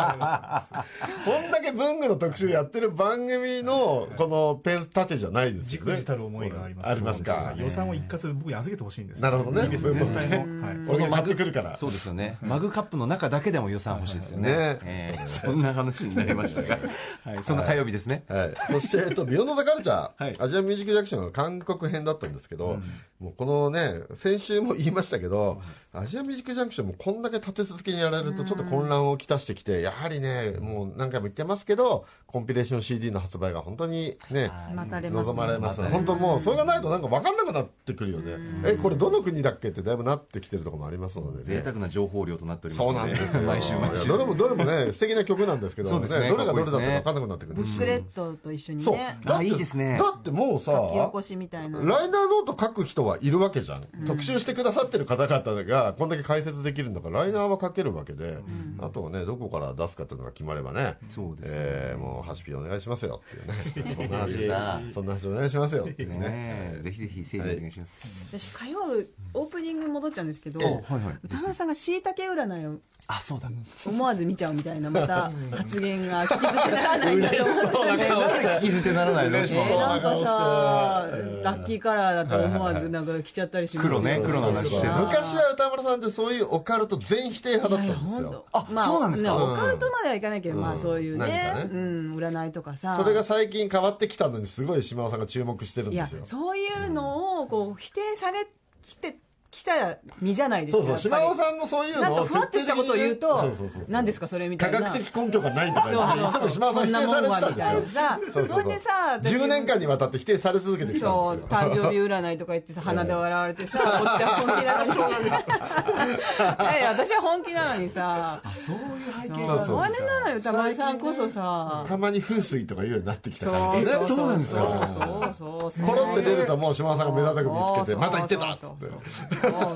S5: んだけ文具の特集やってる番組の、このペン立てじゃないです
S6: じ
S5: よ
S6: く
S5: ね。
S6: じたる思いがあります。
S5: ありますか。
S6: 予算を一括僕に預けてほしいんですよ。
S5: なるほどね
S6: いいです全体の。はい。
S5: 俺が買ってくるから。
S9: そうですよねマグカップの中だけでも予算欲しいですよね
S5: ね
S9: えーそんな話になりましたが、はい、 そんな火曜日ですね、
S5: はい、そして、えっと、ビヨンド・ザ・カルチャー、
S9: はい
S5: アジアミュージック・ジャクションが韓国編だったんですけど、もうこのね、先週も言いましたけど、アジアミュージック・ジャクションもこんだけ立て続けにやられると、ちょっと混乱をきたしてきて、やはりね、もう何回も言ってますけど、コンピレーション CD の発売が本当にね、
S4: 待たれます
S5: 望
S4: ね
S5: まれます、
S9: はい
S5: 本当もう、それがないとなんか分かんなくなってくるよね、え、これどの国だっけってだいぶなってきてるところもありますのでね。
S9: 贅沢な情報量となっております
S5: そうなんですよ。
S9: 毎週毎週
S5: どれもどれもね、素敵な曲なんですけど、
S9: そうですね
S5: どれがどれだったか分かんなくなってく
S4: ブ
S5: るし
S4: ックレットと一緒に
S5: そう。
S4: ね
S5: だって
S9: あいいですね
S5: だってもうさ、
S4: 書き起こしみたいな
S5: ライナーノート書く人はいるわけじゃん。特集してくださってる方々が、こんだけ解説できるんだから、ライナーは書けるわけで、あとはね、どこから出すかっていうのが決まればね、
S9: そうですね
S5: えーもう、ハシピお願いしますよっ ていうね。そんな
S9: さ
S5: 話、そんな話お願いしますよっていうね。
S9: ねえぜひぜひ整理お願いします、
S4: 私火曜オープニングに戻っちゃうんですけど
S9: はいはい
S4: 歌丸さんがしいたけ占いを
S9: あそうだ
S4: 思わず見ちゃうみたいなま た発言が聞き捨てならないなと思ったんで
S9: 気づけならないの
S5: 嬉し
S4: え
S5: そ
S4: ー
S5: う
S4: なんかさ
S5: えー
S4: ラッキーカラーだと思わずなんか着ちゃったりしますよ
S9: 黒ね黒の話してる
S5: 昔は歌丸さんってそういうオカルト全否定派だったんですよ。
S9: あそうなんですか
S4: ねオカルトまではいかないけど、まあそういう
S5: 何
S4: ね
S5: かね
S4: うん、占いとかさ
S5: それが最近変わってきたのに、すごい島尾さんが注目してるん
S4: い
S5: で
S4: や
S5: すよ。
S4: そういうのをこう否定されきてきた身じゃないです
S5: そう
S4: か
S5: そう、島尾さんのそういう
S4: やっぱり
S5: の
S4: なんか
S5: を
S4: ふわっとしたことを言うと
S5: そうそうそうそう
S4: 何ですかそれみた
S5: 科
S4: いな
S5: 学的根拠がないと
S4: そ
S5: か
S4: う
S5: 言って、ち
S4: そ
S5: ょっと
S4: うそう
S5: 島尾さん否定さ
S4: そんな
S5: れてた
S4: もんはみたい
S5: んで
S4: な
S5: すよ
S4: さ。
S5: そうそう
S4: そ
S5: そ
S4: れ
S5: う
S4: でさ私
S5: 10年間にわたって否定され続けてきた
S4: そ
S5: ん
S4: う
S5: ですよ。
S4: 誕生日占いとか言ってさ鼻で笑われてさ こっちは本気なのに いやいや私は本気なのにさ
S9: そういう背
S5: そうそう
S4: そうあれなのよたまにさんこそさ
S5: たまに風水とか言うようになってきた
S4: そう
S5: からね。
S9: えそうなんですか
S4: そうそうそう
S5: ポロって出るともう島尾さんが目立たなく見つけて、また言ってたっつ
S4: そう
S5: っ
S4: そう
S5: て。
S4: そうそう
S5: でも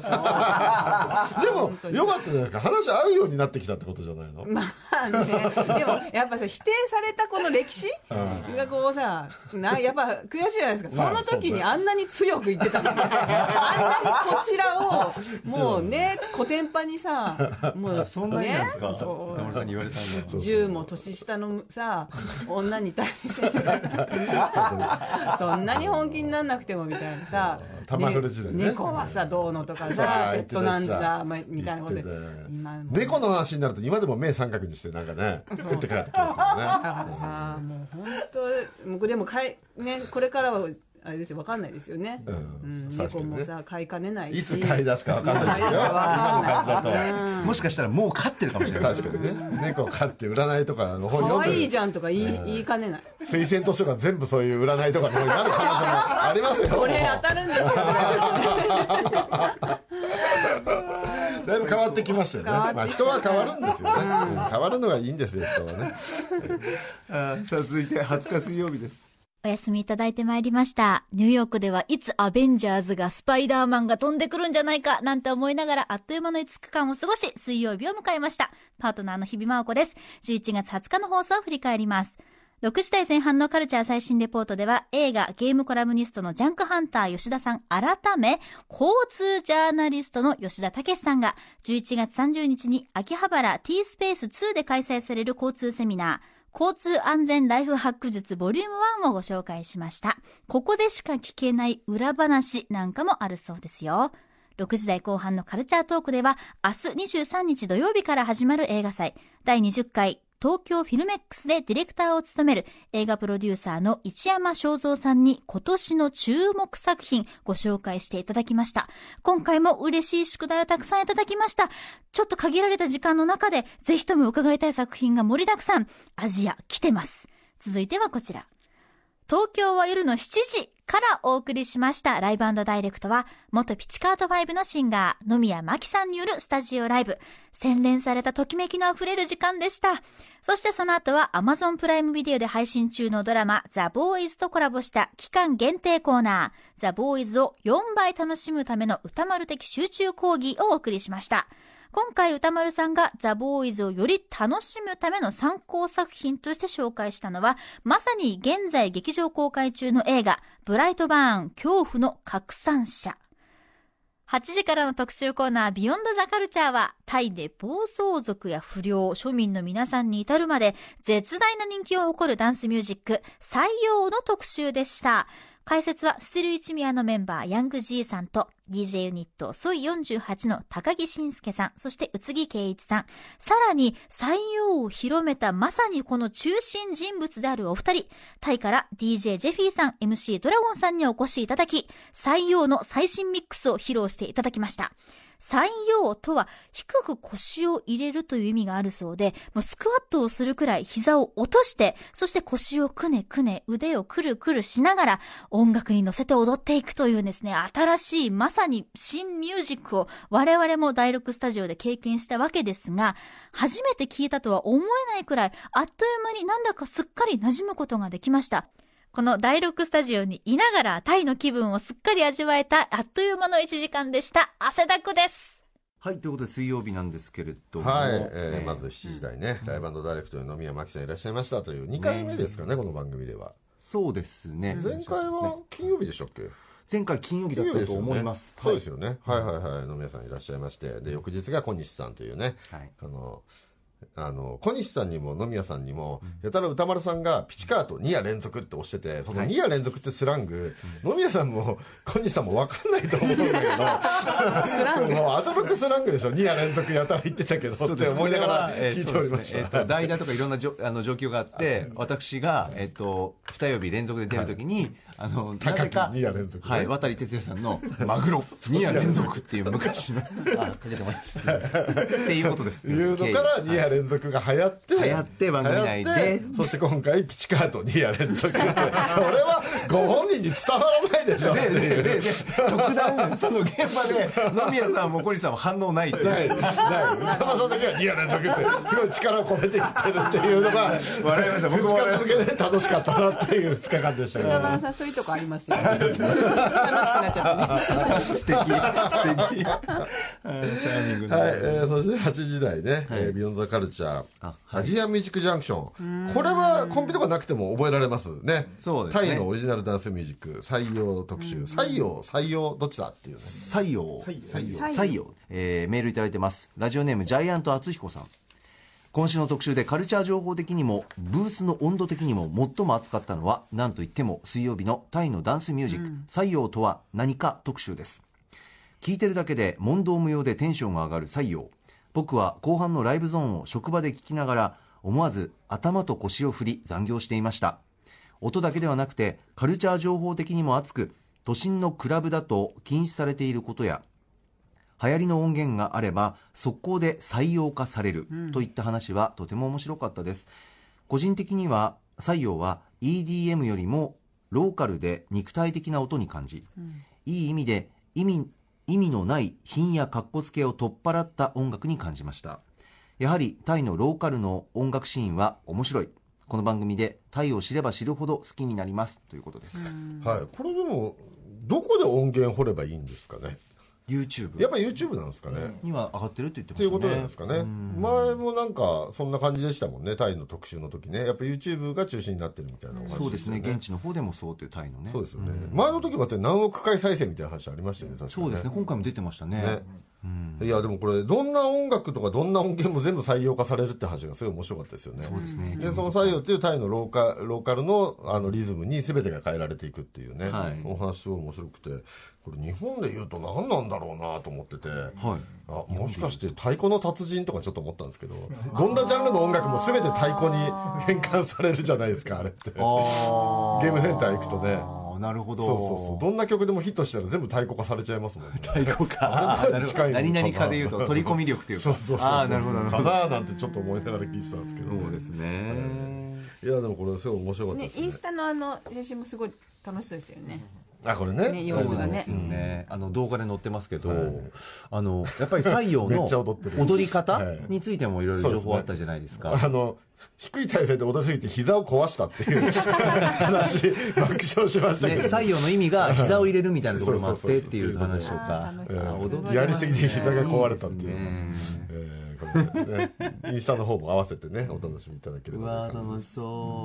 S4: 本当、に
S5: よかったじゃないですか。話合うようになってきたってことじゃないの
S4: まあね、でもやっぱさ否定されたこの歴史がこうさなやっぱ悔しいじゃないですか
S5: ま
S4: そ
S5: あ
S4: の時
S5: そう
S4: に
S5: ね
S4: あんなに強く言ってた のにあんなにこちらをもうねコテンパンにさもう
S9: そんなに
S4: ね
S9: なんですか田
S4: そう
S9: 村さんに言われたんだ
S4: 銃も年下のさ女に対して そんなに本気になんなくてもみたいなさ
S5: 玉古時代ね
S4: 猫はさどうのとか
S5: さ
S4: さ
S5: あ
S4: ペットなん
S5: 言ってたし
S4: だ
S5: さ
S4: まみたいなことで
S5: 言ってた
S4: 今も
S5: 猫の話になると今でも目三角にしてなんかね、作って帰ってきますよね。
S4: だからさもう本当もうでもかいねこれからはあれですよわかんないですよね、うん
S5: 確か
S4: 猫
S5: にね
S4: もさ飼いかねないし
S5: いつ買い出すか分かんないですよ。
S4: い
S5: こ
S4: つ
S5: の
S4: 買い出すか分か
S5: 感
S4: ん
S5: じだと。
S9: もしかしたらもう勝ってるかもしれない
S5: 確かにね。猫を飼って占いとかの本
S4: 可
S5: 読ん
S4: 愛い
S5: で
S4: じゃんとか言い,、言いかねない
S5: 推薦図書が全部そういう占いとかの本になる可能性もありますよ。
S4: これ当たるんですよ
S5: だいぶ変わってきましたよね。まあ人は変わるんですよね。うん変わるのがいいんですよ、人はね。
S2: あーさあ続いて20日水曜日です
S10: お休みいただいてまいりました。ニューヨークではいつアベンジャーズがスパイダーマンが飛んでくるんじゃないかなんて思いながらあっという間の5日間を過ごし、水曜日を迎えました。パートナーの日比真央子です。11月20日の放送を振り返ります。6時台前半のカルチャー最新レポートでは映画ゲームコラムニストのジャンクハンター吉田さん改め交通ジャーナリストの吉田武さんが11月30日に秋葉原 T スペース2で開催される交通セミナー交通安全ライフハック術ボリューム1をご紹介しました。ここでしか聞けない裏話なんかもあるそうですよ。6時台後半のカルチャートークでは、明日23日土曜日から始まる映画祭、第20回東京フィルメックスでディレクターを務める映画プロデューサーの一山正蔵さんに今年の注目作品ご紹介していただきました。今回も嬉しい宿題をたくさんいただきました。ちょっと限られた時間の中で、ぜひとも伺いたい作品が盛りだくさん。アジア来てます。続いてはこちら。東京は夜の7時からお送りしましたライブダイレクトは、元ピチカート5のシンガー、野宮真紀さんによるスタジオライブ。洗練されたときめきのあふれる時間でした。そしてその後は Amazon プライムビデオで配信中のドラマ、ザ・ボーイズとコラボした期間限定コーナー、ザ・ボーイズを4倍楽しむための歌丸的集中講義をお送りしました。今回歌丸さんがザ・ボーイズをより楽しむための参考作品として紹介したのは、まさに現在劇場公開中の映画、ブライトバーン恐怖の拡散者。8時からの特集コーナー、ビヨンドザカルチャーは、タイで暴走族や不良、庶民の皆さんに至るまで、絶大な人気を誇るダンスミュージック、採用の特集でした。解説は、ステルイチミアのメンバー、ヤング G さんと、DJ ユニット、ソイ48の高木慎介さん、そして宇津木圭一さん、さらに、採用を広めたまさにこの中心人物であるお二人、タイから DJ ジェフィーさん、MC ドラゴンさんにお越しいただき、採用の最新ミックスを披露していただきました。採用とは低く腰を入れるという意味があるそうで、もうスクワットをするくらい膝を落として、そして腰をくねくね、腕をくるくるしながら音楽に乗せて踊っていくというですね、新しいまさに新ミュージックを我々も第6スタジオで経験したわけですが、初めて聞いたとは思えないくらい、あっという間になんだかすっかり馴染むことができました。この第6スタジオにいながらタイの気分をすっかり味わえたあっという間の1時間でした。汗だくです。
S2: はいということで水曜日なんですけれども
S5: はい、
S2: え
S5: え
S2: ー
S5: ーまず7時台ね、ライブダイレクトの野宮真紀さんいらっしゃいましたという2回目ですかね、この番組では。
S2: そうですね
S5: 前回は金曜日でしたっけ
S2: 前回金曜日だったと思います
S5: 金曜日ですよねそうですよね。はいはいはい。野宮さんいらっしゃいまして。で、翌日が小西さんというね。
S2: はい
S5: あの、あの、小西さんにも野宮さんにも、やたら歌丸さんがピチカート2夜連続って押してて、その2夜連続ってスラング、野宮さんも小西さんも分かんないと思うんだけど、スラン グもうアトロクスラングでしょ。2夜連続やたら言ってたけど
S2: そう
S5: っ
S2: で
S5: て
S2: す
S5: 思いながら
S2: これはえー
S5: 聞いておりまし
S2: そうですねえ
S5: た
S2: ー。と代打とかいろんなじょあ の状況があって、私が、えっと2曜日連続で出るときに、あのなぜか
S5: 高木二夜連続ね
S2: はい、渡哲也さん の「マグロ2夜連続」っていう昔のあかけてましたっていうことです
S5: いうのから2夜連続が流行って、
S2: 流行って番組内で
S5: 流行ってそして今回ピチカート2夜連続それはご本人に伝わらないでしょって
S2: でで
S5: いう
S2: でで特段その現場で野宮さんも小西さんも反応ないっていう
S5: ないない歌間さんだけは2夜連続ってすごい力を込めて言ってるっていうのが
S2: 笑いました僕も
S5: 2
S2: 笑い
S5: 日
S2: まし
S5: 続けて楽しかったなっていう2日間でしたけど
S4: 歌丸さんそういうとこありますよ、ね、楽しくなっちゃってね
S2: た素敵素敵
S5: はい、えーそして8時台ね、えービヨンドザカルチャー、アジアミュージックジャンクション。これはコンビとかなくても覚えられますね。
S2: そうですね
S5: タイのオリジナルダンスミュージック、採用特集、採用、採用、どっちだっていうね。
S2: 採用採用採用、えーメールいただいてますラジオネームジャイアント厚彦さん今週の特集でカルチャー情報的にもブースの温度的にも最も熱かったのは何といっても水曜日のタイのダンスミュージック「採用とは何か」特集です聞いてるだけで問答無用でテンションが上がる採用僕は後半のライブゾーンを職場で聞きながら思わず頭と腰を振り残業していました音だけではなくてカルチャー情報的にも熱く都心のクラブだと禁止されていることや流行りの音源があれば速攻で採用化されるといった話はとても面白かったです、個人的には採用は EDM よりもローカルで肉体的な音に感じ、いい意味で意味意味のない品や格好つけを取っ払った音楽に感じましたやはりタイのローカルの音楽シーンは面白いこの番組でタイを知れば知るほど好きになりますということです
S5: はい、これでもどこで音源掘ればいいんですかね
S2: YouTube
S5: やっぱ YouTube なんですかね、
S2: には上がってるって言ってま
S5: っていう
S2: し
S5: ことなん
S2: た
S5: ですか
S2: ね
S5: ね前もなんかそんな感じでしたもんねタイの特集の時ねやっぱ YouTube が中心になってるみたいなお話
S2: そうですね
S5: したよ
S2: 現地の方でもそうというタイのね
S5: そうですよね、前の時もだって何億回再生みたいな話ありましたよね確かに
S2: そうですね今回も出てましたね
S5: ねいやでもこれどんな音楽とかどんな音源も全部採用化されるって話がすごい面白かったですよね
S2: そうですね
S5: でその採用っていうタイのローカローカルのあのリズムに全てが変えられていくっていうね、
S2: はい
S5: お話すごい面白くてこれ日本で言うと何なんだろうなと思ってて、
S2: はい
S5: あもしかして太鼓の達人とかちょっと思ったんですけどどんなジャンルの音楽も全て太鼓に変換されるじゃないですかあれってゲ
S2: あ
S5: ームセンター行くとね
S2: あなるほど
S5: そうそうそうどんな曲でもヒットしたら全部太鼓化されちゃいますもんね
S2: 太鼓か
S5: あれも近いのかな
S2: 何々かで言う と取り込み力というか
S5: そうそうそうそう
S2: ああなるほどなる
S5: か
S2: ほど
S5: ななんてちょっと思いながら聞いてたんですけど
S2: そうですね
S5: いやでもこれすごい面白かった
S4: ね
S5: で、すね
S4: インスタのあの写真もすごい楽しそうですよね。
S5: あこれね
S4: ね
S5: そ
S4: 様
S5: う
S4: 子がね
S2: そうなんですよねあの動画で載ってますけど、
S5: はい
S2: あのやっぱり西洋
S5: め
S2: の
S5: っちゃ踊ってる
S2: 踊り方
S5: はい
S2: についてもいろいろ情報あったじゃないですか。
S5: あの低い体勢で踊りすぎて膝を壊したってい う話爆笑しましたけ
S2: ね、
S5: ど
S2: 西洋の意味が膝を入れるみたいなところもあっ
S5: そうそう
S2: てっ
S5: そう
S2: ていう話と
S4: あ
S2: か
S4: ー楽し
S5: え
S4: そう
S5: ー
S4: すごい
S5: やりすぎて膝が壊れたっていう
S2: いいですね
S5: えーこれねインスタの方も合わせてねお楽しみいただけれ
S2: う
S5: ば
S2: わ
S5: と
S2: ー
S5: いう感
S2: 楽
S5: じ
S2: しそ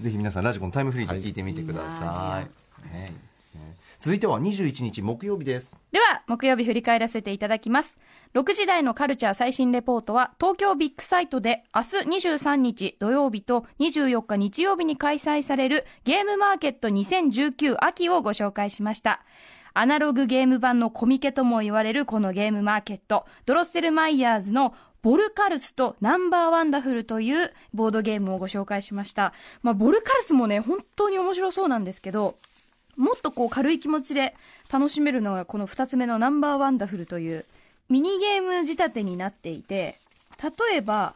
S2: うぜひ皆さんラジコンタイムフリーで聞いてみてください、ねいいですね続いては21日木曜日です
S11: では、木曜日振り返らせていただきます。6時台のカルチャー最新レポートは、東京ビッグサイトで明日23日土曜日と24日日曜日に開催されるゲームマーケット2019秋をご紹介しました。アナログゲーム版のコミケとも言われるこのゲームマーケット、ドロッセルマイヤーズのボルカルスとナンバーワンダフルというボードゲームをご紹介しました。まあ、ボルカルスもね、本当に面白そうなんですけど、もっとこう軽い気持ちで楽しめるのがこの2つ目のナンバーワンダフルというミニゲーム仕立てになっていて、例えば、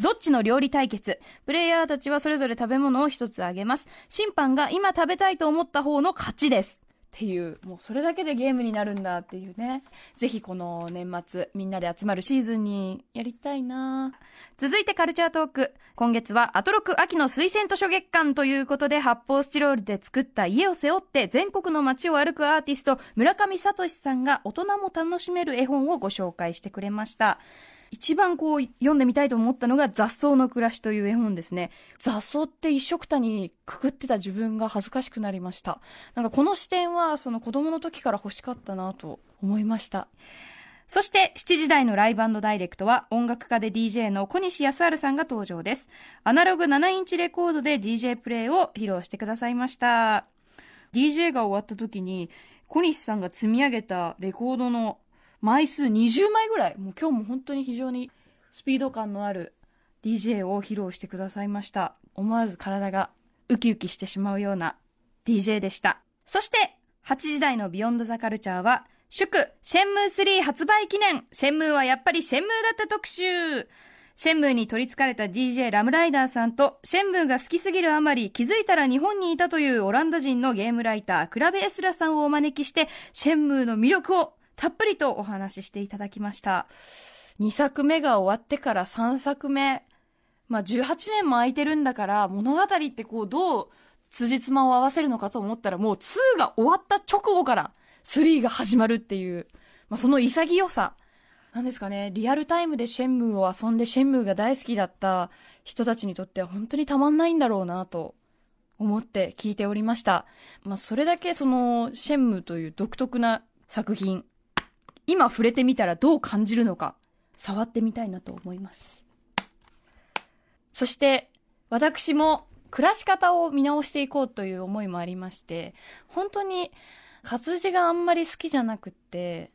S11: どっちの料理対決。プレイヤーたちはそれぞれ食べ物を一つあげます。審判が今食べたいと思った方の勝ちです。っていう、もうそれだけでゲームになるんだっていうね。ぜひこの年末、みんなで集まるシーズンにやりたいな続いてカルチャートーク。今月はアトロク秋の推薦図書月間ということで発泡スチロールで作った家を背負って全国の街を歩くアーティスト村上聡さんが大人も楽しめる絵本をご紹介してくれました。一番こう読んでみたいと思ったのが雑草の暮らしという絵本ですね。雑草って一色たにくくってた自分が恥ずかしくなりました。なんかこの視点はその子供の時から欲しかったなと思いました。そして7時台のライブダイレクトは音楽家で DJ の小西康晴さんが登場です。アナログ7インチレコードで DJ プレイを披露してくださいました。DJ が終わった時に小西さんが積み上げたレコードの枚数20枚ぐらい、もう今日も本当に非常にスピード感のある DJ を披露してくださいました。思わず体がウキウキしてしまうような DJ でした。そして、8時台のビヨンドザカルチャーは、祝、シェンムー3発売記念シェンムーはやっぱりシェンムーだった特集シェンムーに取り憑かれた DJ ラムライダーさんと、シェンムーが好きすぎるあまり気づいたら日本にいたというオランダ人のゲームライター、クラベエスラさんをお招きして、シェンムーの魅力をたっぷりとお話ししていただきました。2作目が終わってから3作目、まあ、18年も空いてるんだから、物語ってこう、どう、辻褄を合わせるのかと思ったら、もう2が終わった直後から、3が始まるっていう、まあ、その潔さ。なんですかね、リアルタイムでシェンムーを遊んで、シェンムーが大好きだった人たちにとっては本当にたまんないんだろうなと思って聞いておりました。まあ、それだけその、シェンムーという独特な作品、今触れてみたらどう感じるのか、触ってみたいなと思います。そして、私も暮らし方を見直していこうという思いもありまして、本当に活字があんまり好きじゃなくって、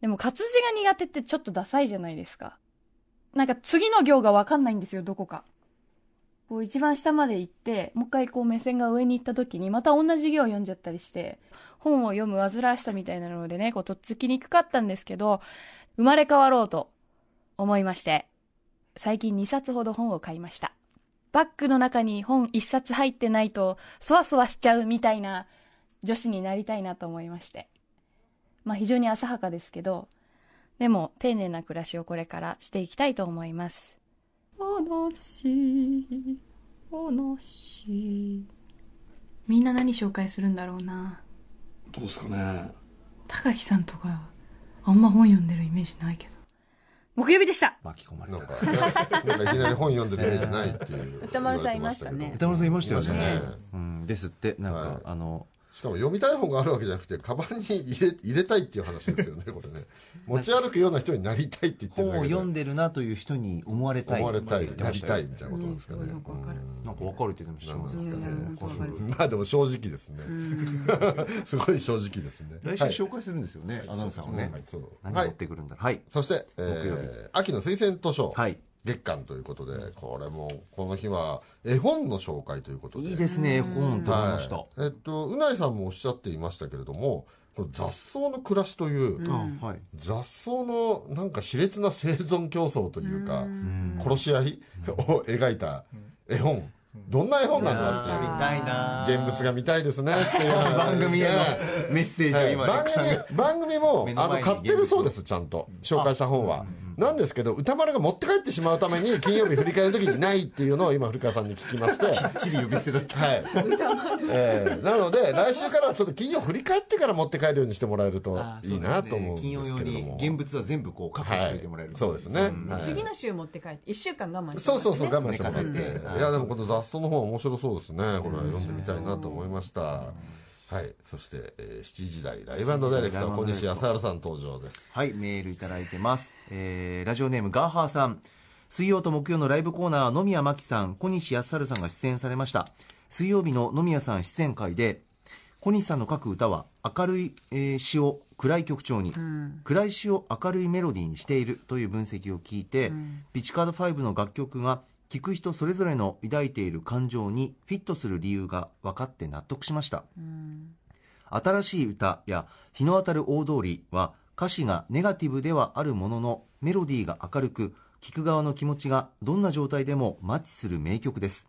S11: でも活字が苦手ってちょっとダサいじゃないですか。なんか次の行がわかんないんですよ、どこか。こう一番下まで行って、もう一回こう目線が上に行った時にまた同じ行を読んじゃったりして、本を読む煩わしさみたいなのでね、こうとっつきにくかったんですけど、生まれ変わろうと思いまして、最近2冊ほど本を買いました。バッグの中に本1冊入ってないと、そわそわしちゃうみたいな女子になりたいなと思いまして。
S12: まあ、非常に浅はかですけどでも丁寧な暮らしをこれからしていきたいと思います
S8: 悲しい悲しいみんな何紹介するんだろうな
S13: どうですかね
S8: 高木さんとかあんま本読んでるイメージないけど
S12: 木曜日でした
S5: 巻き込まれたなんかいきなり本読んでるイメージないってい う
S4: 歌丸さんいましたね
S5: 言われて
S2: 歌丸さんいましたよね
S5: いましたね
S2: うん、ですってなんか、あの
S5: しかも読みたい本があるわけじゃなくてカバンに入れ入れたいっていう話ですよねこれね持ち歩くような人になりたいって言ってる
S2: 本
S5: だ
S2: を
S5: け
S2: 読ん
S5: で
S2: でるなという人に思われたい
S5: 思われたい
S2: って言って
S5: な
S2: ま
S5: り
S2: したた
S5: い
S2: よ
S5: みたいなことなんですかねうん
S2: なんか分かるって言ってましたよね
S5: なんですかねまあでも正直ですねすごい正直ですね
S2: 来週紹介するんですよね、アナウンサーをね
S5: はい、そう
S2: 何
S5: は
S2: 持
S5: い
S2: ってくるんだろうはい
S5: そして、え
S2: 木曜日
S5: ー秋の推薦図書、月間ということで、これもこの日は絵本の紹介ということで。
S2: いいですね絵本と思いました
S5: はいえっと、うないさんもおっしゃっていましたけれども、この雑草の暮らしという、
S2: うんあはい
S5: 雑草のなんか熾烈な生存競争というか、殺し合いを描いた絵本。どんな絵本なんだっていう。現物が見たいですねっていう話
S2: 番組へのメッセージを今
S5: はい
S2: レクさんが
S5: 番組番組も
S2: 目の
S5: あ
S2: 前
S5: の
S2: に
S5: 買ってるそうですちゃんと紹介した本はなんですけど歌丸が持って帰ってしまうために金曜日振り返る時にないっていうのを今古川さんに聞きましてきっちり呼び捨てだったはい、 えーなので来週からはちょっと金曜振り返ってから持って帰るようにしてもらえるといいなと思うん
S2: 金
S5: で
S2: 曜
S5: す
S2: 用
S5: けれど
S2: に
S5: も
S2: 現物は全部こう確保しておいてもらえる、
S5: はいそうですねはい
S4: 次の週持って帰って1週間我慢して、ね、
S5: そうそうそう我慢してもらっ
S2: 寝かせ
S5: て
S2: て
S5: いやでもこの雑草の方面白そうですねこれは読んでみたいなと思いましたはいそして、えー7時台ライブダイレクター小西康原さん登場です
S2: はい、メールいただいてます。えーラジオネームガーハーさん。水曜と木曜のライブコーナー、野宮真紀さん、小西康晴さんが出演されました。水曜日の野宮さん出演会で、小西さんの書く歌は明るい、えー詩を暗い曲調に、暗い詩を明るいメロディーにしているという分析を聞いて、ピチカード5の楽曲が聴く人それぞれの抱いている感情にフィットする理由が分かって納得しました。新しい歌や日の当たる大通りは歌詞がネガティブではあるもののメロディーが明るく聴く側の気持ちがどんな状態でもマッチする名曲です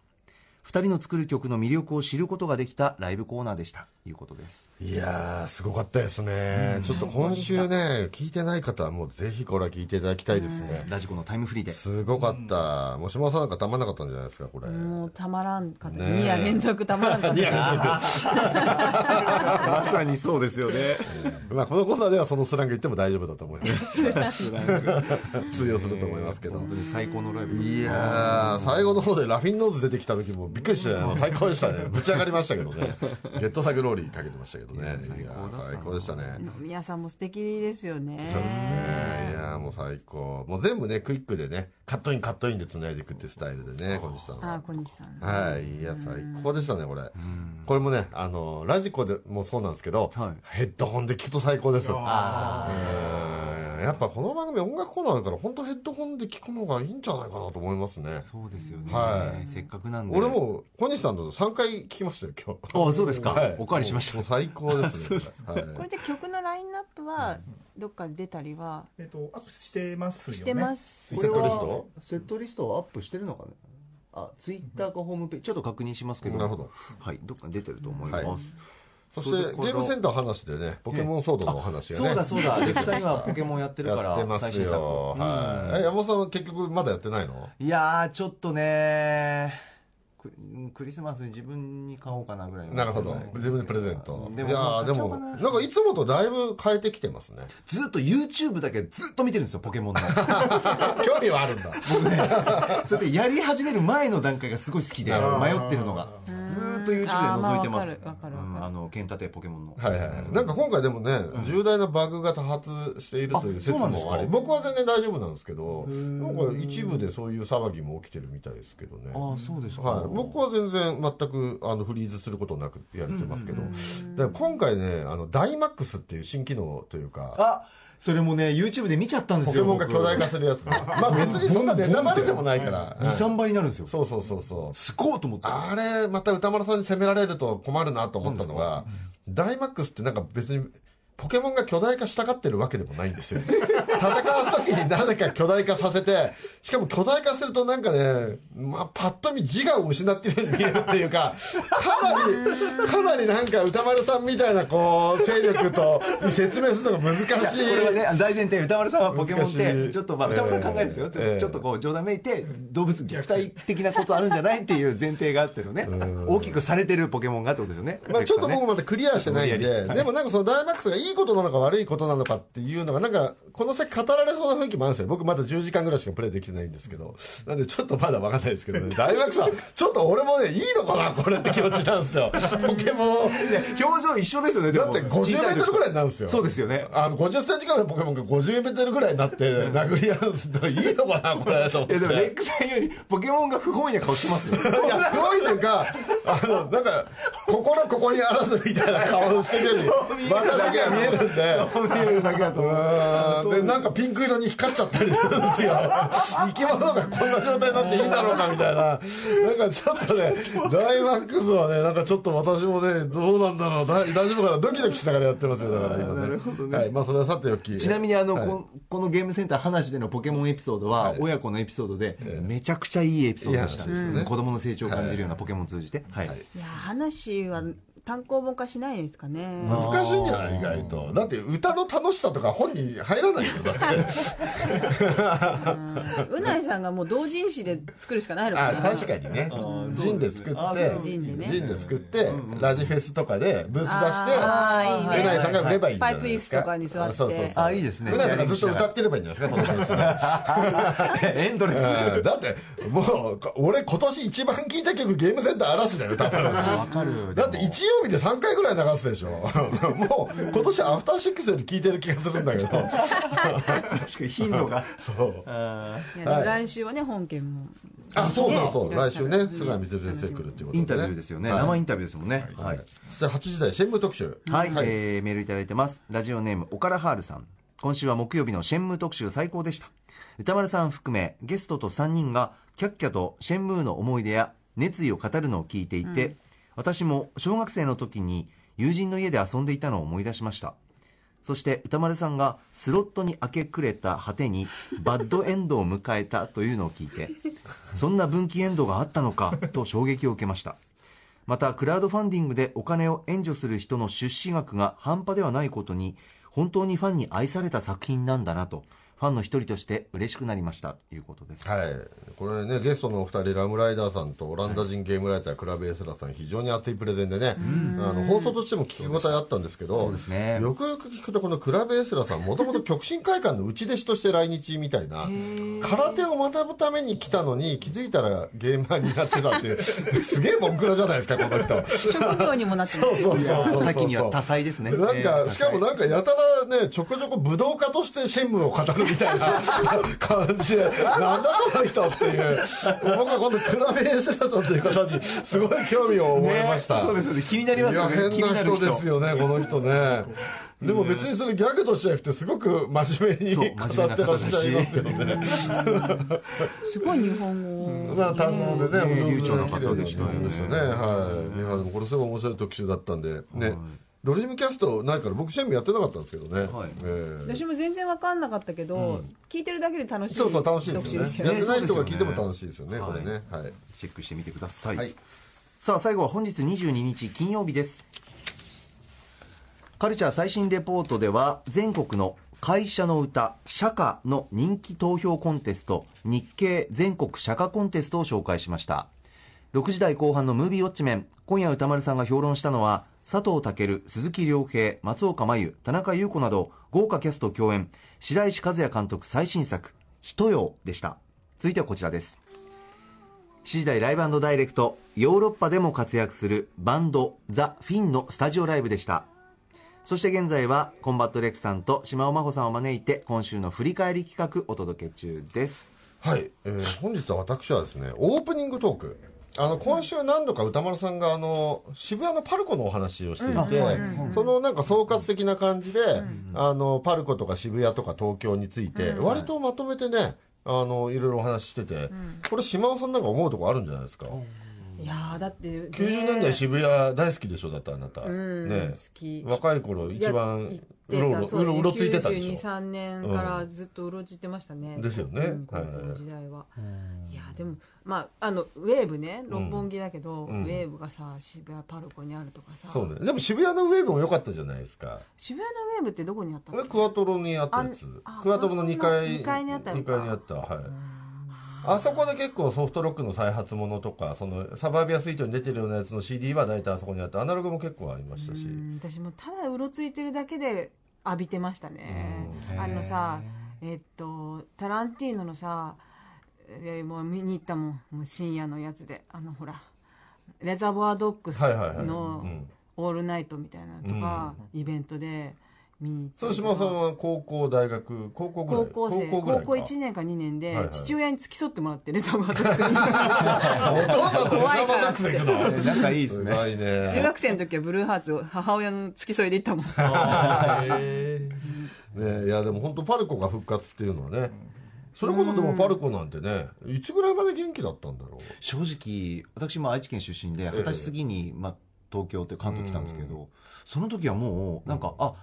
S2: 2人の作る曲の魅力を知ることができたライブコーナーでしたということです
S5: いやー、すごかったですね。ちょっと今週ね、聞いてない方はもうぜひこれは聞いていただきたいですね。
S2: ラジコのタイムフリーです
S5: ごかった。もしもさんなんかたまんなかったんじゃないですか、これ。
S4: もうたまらんかった、
S5: ねえ
S4: 2夜連続たまらんかった
S5: いや、
S2: まさにそうですよね。
S5: まあ、このコーナーではそのスラング言っても大丈夫だと思います。通用すると思いますけど。
S2: 本当に最高のライブ
S5: いやー、最後の方でラフィンノーズ出てきた時もびっくりして、あの最高でしたね。ぶち上がりましたけ どね。ゲットサグローリーかけてましたけどね。いやー最高でしたね。
S4: 野宮さんも素敵ですよね
S5: そうですね。いやーもう最高。もう全部ね、クイックでね、カットインカットインで繋いでいくってスタイルでね、小西さん
S4: ああ
S5: は。
S4: 小西さん
S5: はい。いや、最高でしたね、これ。これもね、あの、ラジコでもそうなんですけど、ヘッドホンで聞くと最高です。うんやっぱこの番組音楽コーナーだから、本当ヘッドホンで聞くのがいいんじゃないかなと思いますね。
S2: そうですよね、
S5: はい
S2: せっかくなんで
S5: 俺もう小西さんと3回聞きましたよ、今日。
S2: ああそうですかおかわりしました
S5: もうもう最高 ですね。はい
S4: これで曲のラインナップはどっかで出たりは
S6: えっと、アップしてますよね。
S4: してます
S5: セットリスト
S2: セットリストはアップしてるのかなあツイッターかホームページちょっと確認しますけど
S5: なるほど
S2: はいどっかに出てると思います、
S5: はいそしてゲームセンター話でね、ポケモンソードのお話がね。
S2: そうだそうだ、 レクさん今ポケモンやってるから、
S5: やってま
S2: 最
S5: す
S2: 新作。
S5: よ。はい。え、山本さんは結局まだやってないの
S2: いやー、ちょっとねク、クリスマスに自分に買おうかなぐらいの
S5: なるほど。自分でプレゼント。い
S2: で
S5: や
S2: も
S5: ー
S2: 買
S5: で
S2: っちゃおう
S5: も、
S2: かな
S5: なんかいつもとだいぶ変えてきてますね。
S2: ずっと YouTube だけずっと見てるんですよ、ポケモンの。
S5: 興味はあるんだ。
S2: それでやり始める前の段階がすごい好きで、迷ってるのが。ずーっと YouTube で覗いてま
S4: あーまあわかるわか
S2: す。
S4: るわかる
S2: うんあの、剣立てポケモンの。
S5: はいはいはい。なんか今回でもね、重大なバグが多発しているという説
S2: あそうなんです
S5: も
S2: か
S5: あり、僕は全然大丈夫なんですけど、なんか一部でそういう騒ぎも起きてるみたいですけどね。
S2: ああ、そうですか。
S5: はい、僕は全然全くあのフリーズすることなくやれてますけど、で今回ねあのダイマックスっていう新機能というか
S2: あ、それもね、YouTube で見ちゃったんで
S5: ポ
S2: す
S5: ケ
S2: よ。
S5: モンが巨大化す るやつ、ね、まあ別にそんなネタバレでもないから、
S2: 2、
S5: はい
S2: 3倍になるんですよ。
S5: そうそうそうそう
S2: すごいと思って。
S5: あれまた歌丸さんに責められると困るなと思ったのがダイマックスってなんか別にポケモンが巨大化したがってるわけでもない んですよ戦わす時になぜか巨大化させてしかも巨大化するとなんかね、まあ、パッと見自我を失ってるように見えるっていうかかなりかなりなんか歌丸さんみたいなこう勢力と説明するのが難しい
S2: いやこれはね大前提歌丸さんはポケモンっ
S5: 難してい
S2: ちょっとまあ歌丸さん考えですよ、ちょっと
S5: ええ
S2: ちょっとこう冗談めいて動物虐待的なことあるんじゃないっていう前提があってのね大きくされてるポケモンがってことですよね
S5: まあ、ちょっと僕まだクリアしてないん
S2: 無理や
S5: で、
S2: りはい
S5: でもなんかそのダイマックスがいいことなのか悪いことなのかっていうのが、なんかこの先語られそうな雰囲気もあるんですよ。僕まだ10時間ぐらいしかプレイできてないんです けど、なんでちょっとまだ分かんないですけどね、ダイマックスはちょっと俺もね、いいのかな、これって気持ちなんですよ。 ポケモン。
S2: 表情一緒ですよね、
S5: だって50メートルぐらいになるんですよ。
S2: そうですよね。
S5: あの、50センチぐらいのポケモンが50メートルぐらいになって、殴り合うのいいのかな、これと思って。
S2: いやでもレックさんよりポケモンが不本意な顔してますよ
S5: いや、すごいなんか、あの、なんか、心ここにあらずみたいな顔をしてるように、私だけは見えるんで。
S2: そう見えるだけだと思う
S5: うーんでなんかピンク色に光っちゃったりする んですよ生き物がこんな状態になっていいんだろうかみたいななんかちょっとねダイマックスはねなんかちょっと私もねどうなんだろうだい大丈夫かなドキドキしながらやってますよだから今ね
S2: なるほどね
S5: はい、まあそれはさておき
S2: ちなみにあの、
S5: はい
S2: こんこのゲームセンター話でのポケモンエピソードは親子のエピソードでめちゃくちゃいいエピソードでした、
S5: いやそうですね
S2: うん子供の成長を感じるようなポケモンを通じて、はい
S4: いや話は単行本化しないですかね
S5: 難しいんじゃない意外とだって歌の楽しさとか本に入らないよだって
S4: うないさんがもう同人誌で作るしかないのか
S5: あ
S4: な
S5: 確かにねジンで作
S4: あ
S5: って
S4: そうジンでね
S5: ジンで作ってラジフェスとかでブース出
S4: あー
S5: して
S4: いいね
S5: うないさんが売ればいいんじゃないですか
S4: パイプ椅子とかに座って
S5: あそうそうそう
S2: あいいですね
S5: うないさんがずっと歌ってればいいんじゃないですかそのブースで
S2: エンドレス
S5: うんだってもう俺今年一番聴いた曲ゲームセンター嵐だよ多分
S2: わかる
S5: だって日曜日で3回ぐらい流すでしょもう今年アフターシックスより聴いてる気がするんだけど
S2: 確かに頻度が
S5: そ
S4: いや
S5: う
S4: でも
S5: はい
S4: 来週はね本件も
S5: あそうそうそう
S4: ねいらっ
S5: 来
S4: しゃる
S5: 週ね菅井美先生来るっていうことでね
S2: インタビューですよね、
S5: はい
S2: 生インタビューですもんねはい、
S5: そして8時台専務特集
S2: はいえーメールいただいてますラジオネームおからはーるさん今週は木曜日のシェンムー特集最高でした歌丸さん含めゲストと3人がキャッキャとシェンムーの思い出や熱意を語るのを聞いていて、
S4: うん
S2: 私も小学生の時に友人の家で遊んでいたのを思い出しましたそして歌丸さんがスロットに明け暮れた果てにバッドエンドを迎えたというのを聞いてそんな分岐エンドがあったのかと衝撃を受けましたまたクラウドファンディングでお金を援助する人の出資額が半端ではないことに本当にファンに愛された作品なんだなとファンの一人として嬉しくなりましたということです
S5: はい、これねゲストのお二人ラムライダーさんとオランダ人ゲームライター、クラベエスラさん非常に熱いプレゼンでねあの放送としても聞き応えあったんですけどよくよく聞くとこのクラベエスラさんもともと極真会館の内弟子として来日みたいな空手を学ぶために来たのに気づいたらゲーマーになってたっていう すげえボンクラじゃないですかこの人。
S4: 職業にもなってま
S5: そう
S4: す
S5: そうそうそう
S2: 多岐には多彩ですね
S5: なん
S2: え
S5: か、
S2: ー
S5: しかもなんかやたらねちょこちょこ武道家としてシェンムーを語るみたいな 感じでなんだこの人っていう僕は今度クラベエスラさんという方にすごい興味を覚えました、
S2: ねそうですよね気になりますよね
S5: いや変
S2: 気に
S5: な
S2: なる
S5: 人
S2: 人
S5: ですよねこの人ねでも別にそれギャグとしてじゃなくてすごく真面目に語
S2: そ
S5: っ
S2: う真面目な
S5: てら
S2: 方
S5: っ
S2: だ
S5: しゃ
S2: し
S5: いますよね
S4: すごい日本語
S5: まあ、単語でね、
S2: ね流
S5: 流暢
S2: 暢
S5: な
S2: な
S5: 方
S2: 方
S5: で
S2: で
S5: し
S2: したた
S5: ね
S2: よ。ね
S5: はい。いや、でもこれすごい面白い特集だったんで、ね。ドリームキャストないから僕シェンムやってなかったんですけどね。えー
S4: 私も全然わかんなかったけど、聞いてるだけで楽しい
S5: そうそう、楽しいですよ
S4: 読
S5: ね。
S4: 書
S5: やっ
S4: よ
S5: てない人が聞いても楽しいですよね、
S2: は
S5: こ
S2: い
S5: れね。はい。
S2: チェックしてみてください、
S5: はい
S2: さあ最後は本日22日金曜日ですカルチャー最新レポートでは全国の会社の歌社歌の人気投票コンテスト日経全国社歌コンテストを紹介しました6時台後半のムービーウォッチメン今夜歌丸さんが評論したのは佐藤健鈴木亮平松岡真優田中優子など豪華キャスト共演白石和也監督最新作「人よ」でした続いてはこちらです7時台ライブダイレクトヨーロッパでも活躍するバンドザ・フィンのスタジオライブでしたそして現在はコンバットレックさんと島尾真帆さんを招いて今週の振り返り企画お届け中です
S5: はい、えー本日は私はですねオープニングトークあの今週何度か歌丸さんがあの渋谷のパルコのお話をしていて、そのなんか総括的な感じで、あのパルコとか渋谷とか東京について、割とまとめてねあのいろいろお話ししてて、これ島尾さんなんか思うとこあるんじゃないですか、
S4: いやーだって、ね、
S5: 90年代渋谷大好きでしょだってあなた、
S4: うん
S5: ね
S4: 好き
S5: 若い頃一番
S4: いや行ってた
S5: うろうろ
S4: そう
S5: ろうろついてたでしょ
S4: 92、3年からずっとうろついてましたね。
S5: うんですよね
S4: うん高校の時代は。いやでもまああのウェーブね六本木だけど、
S5: うん
S4: ウェーブがさ渋谷パルコにあるとかさ。
S5: そうねでも渋谷のウェーブも良かったじゃないですか
S4: 渋谷のウェーブってどこにあった
S5: こ
S4: の？
S5: れクアトロにあったやつ
S4: あ
S5: クアトロの2階
S4: 二階にあったの
S5: 二
S4: か
S5: 階にあったはいあそこで結構ソフトロックの再発ものとかそのサバービアスイートに出てるようなやつの CD は大体あそこにあってアナログも結構ありましたし
S4: うん私もただうろついてるだけで浴びてましたね
S5: うん
S4: あのさえっとタランティーノのさえーもう見に行ったもんもう深夜のやつであのほらレザーボアドッグス
S5: はいはいはい
S4: の「オールナイト」みたいなのとか、イベントで見に行った
S5: そう
S4: りとか
S5: 島さんは高校大学高校ぐら
S4: 高
S5: い
S4: 校生
S5: 高
S4: 高
S5: 校
S4: 校
S5: ぐらいか
S4: 1年か2年で、
S5: はいはい
S4: 父親に付き添ってもらってレザーバードッグスに 行ったんですよ
S5: お父さんと
S4: 怖いか
S5: 仲間
S4: ら
S5: な
S4: っ
S5: く
S4: つ
S5: せ
S4: って
S5: 行くの仲いいですねいね
S4: 中学生の時はブルーハーツを母親の付き添いで行ったもん
S5: ねいやでも本当パルコが復活っていうのはねそれこそでもパルコなんてねいつぐらいまで元気だったんだろう
S2: 正直私も愛知県出身で二十歳過ぎに、まあ、東京って関東来たんですけど、その時はもうなんか、あ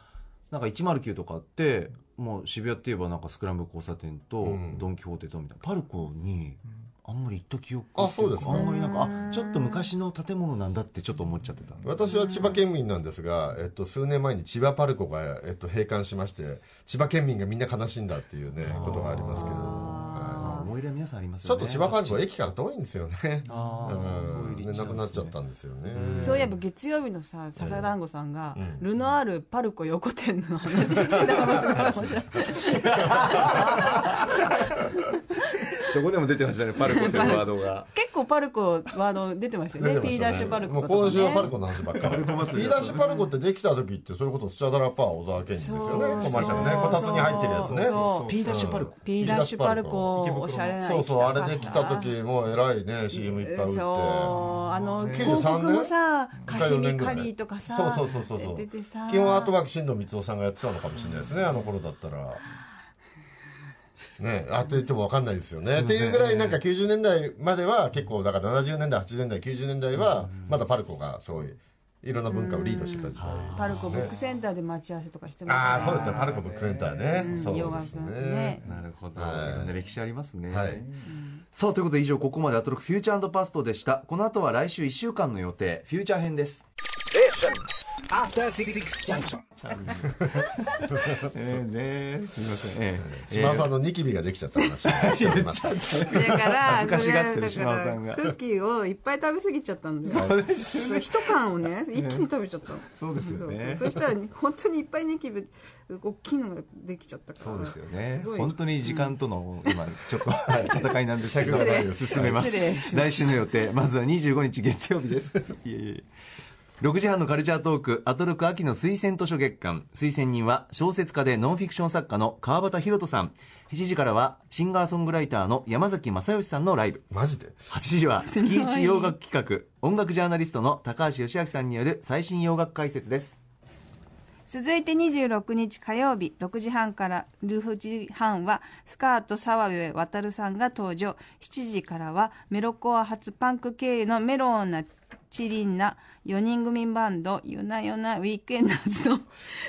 S2: なんか109とかあってもう渋谷って言えばなんかスクランブル交差点とドン・キホーテとみたいな、パルコにあんまり行った記憶あそうですあんまりなんかあちょっと昔の建物なんだってちょっと思っちゃってた
S5: 私は千葉県民なんですが、えっと、数年前に千葉パルコが、えっと、閉館しまして千葉県民がみんな悲しんだっていうねことがありますけれども、
S2: 思い入れは皆さんあります
S5: ちょ
S2: よ
S5: っ
S2: ね
S5: と千葉パルコは駅から遠いんですよね
S2: あーそういう
S5: うん
S2: 立地
S5: ねなくなっちゃったんですよね
S4: そういえば月曜日のさ笹団子さんが、
S5: うん
S4: ルノアールパルコ横店の話してたのがすごい面白い
S9: そこでも出てましたね、パルコというワードが。
S4: 結構パルコワード出てましたよね P ダッシュパルコ
S5: もう
S4: とか、ね、
S5: 今週はパルコの話ば っかり P
S9: パルコ祭り
S5: ダッシュパルコってできた時ってそれこそスチャダラパー小沢健二ですよねコマーシャルねこたつに入ってるやつね
S4: そう
S5: P ダッシュパルコ
S4: P ダッシュパルコおしゃれな
S5: そうそうあれできた時もう偉いね CM いっぱい打って
S4: そうあの
S5: 93
S4: 広告もさ
S5: 年
S4: カヒミカリーとかさ
S5: そうそうそうそうそう
S4: 出てさ
S5: 基本アートワーク新藤光雄さんがやってたのかもしれないですねあの頃だったら。ね、あと言っても分かんないですよね。っていうぐらいなんか90年代までは結構だから70年代80年代90年代はまだパルコがすごいいろんな文化をリードしてた時代
S4: パルコブックセンターで待ち合わせとかしてました
S5: ああそうですねパルコブックセンターね、
S4: うん
S5: そう
S4: 洋
S5: で
S4: 楽
S5: すね
S4: ね
S2: なるほど、
S5: はい
S2: いろんな歴史ありますね、
S5: はい
S2: さあということで以上ここまでアトロックフューチャーパストでしたこの後は来週1週間の予定フューチャー 編です
S9: ええねすみません。ええ
S5: 島尾さんのニキビができちゃった話をしており ました
S4: だから
S9: 恥ずかしがってる
S4: それ
S9: 島尾さんが
S4: だからクッキーをいっぱい食べ過ぎちゃったんだよ
S9: そうで
S4: それ一缶をね一気に食べちゃったの
S9: そうですよね
S4: そうそうそしたら本当にいっぱいニキビ大きいのができちゃったから
S9: そうですよね
S4: すごい
S9: 本当に時間との今ちょっと戦いなんですけど
S4: 失礼
S9: 進めます
S4: 失礼しました
S9: 来週の予定まずは25日月曜日ですいえいえ
S2: 6時半のカルチャートーク、アトロク秋の推薦図書月間。推薦人は小説家でノンフィクション作家の川端博人さん。7時からはシンガーソングライターの山崎正義さんのライブ。
S5: マジで
S2: ?8 時は月一洋楽企画、音楽ジャーナリストの高橋義明さんによる最新洋楽解説です。
S14: 続いて26日火曜日6時半から6時半はスカート澤部渉さんが登場7時からはメロコア初パンク経由のメローなチリンナ4人組バンドヨナヨナウィークエンダーズの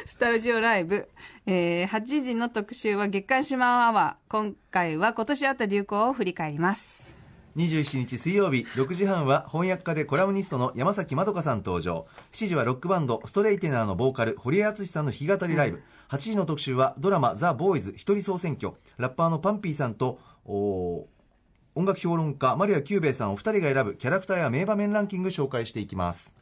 S14: スタジオライブ、えー8時の特集は月刊島アワー今回は今年あった流行を振り返ります
S2: 27日水曜日、6時半は翻訳家でコラムニストの山崎まどかさん登場。7時はロックバンド、ストレイテナーのボーカル、堀江敦さんの弾き語りライブ。8時の特集はドラマ、ザ・ボーイズ一人総選挙。ラッパーのパンピーさんと、おー音楽評論家マリア・キューベイさんお二人が選ぶキャラクターや名場面ランキング紹介していきます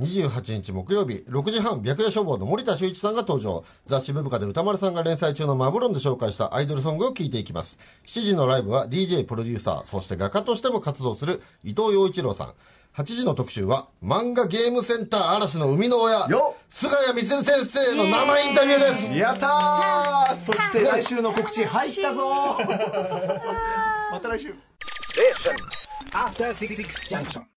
S5: 28日木曜日6時半白夜消防の森田修一さんが登場雑誌「ブブカ」で歌丸さんが連載中のマブロンで紹介したアイドルソングを聴いていきます7時のライブは DJ プロデューサーそして画家としても活動する伊藤洋一郎さん8時の特集は漫画ゲームセンター嵐の生みの親菅谷光先生の生インタビューです
S2: やったーそして来週の告知入ったぞーまた来週
S15: アフターシックスジャンクション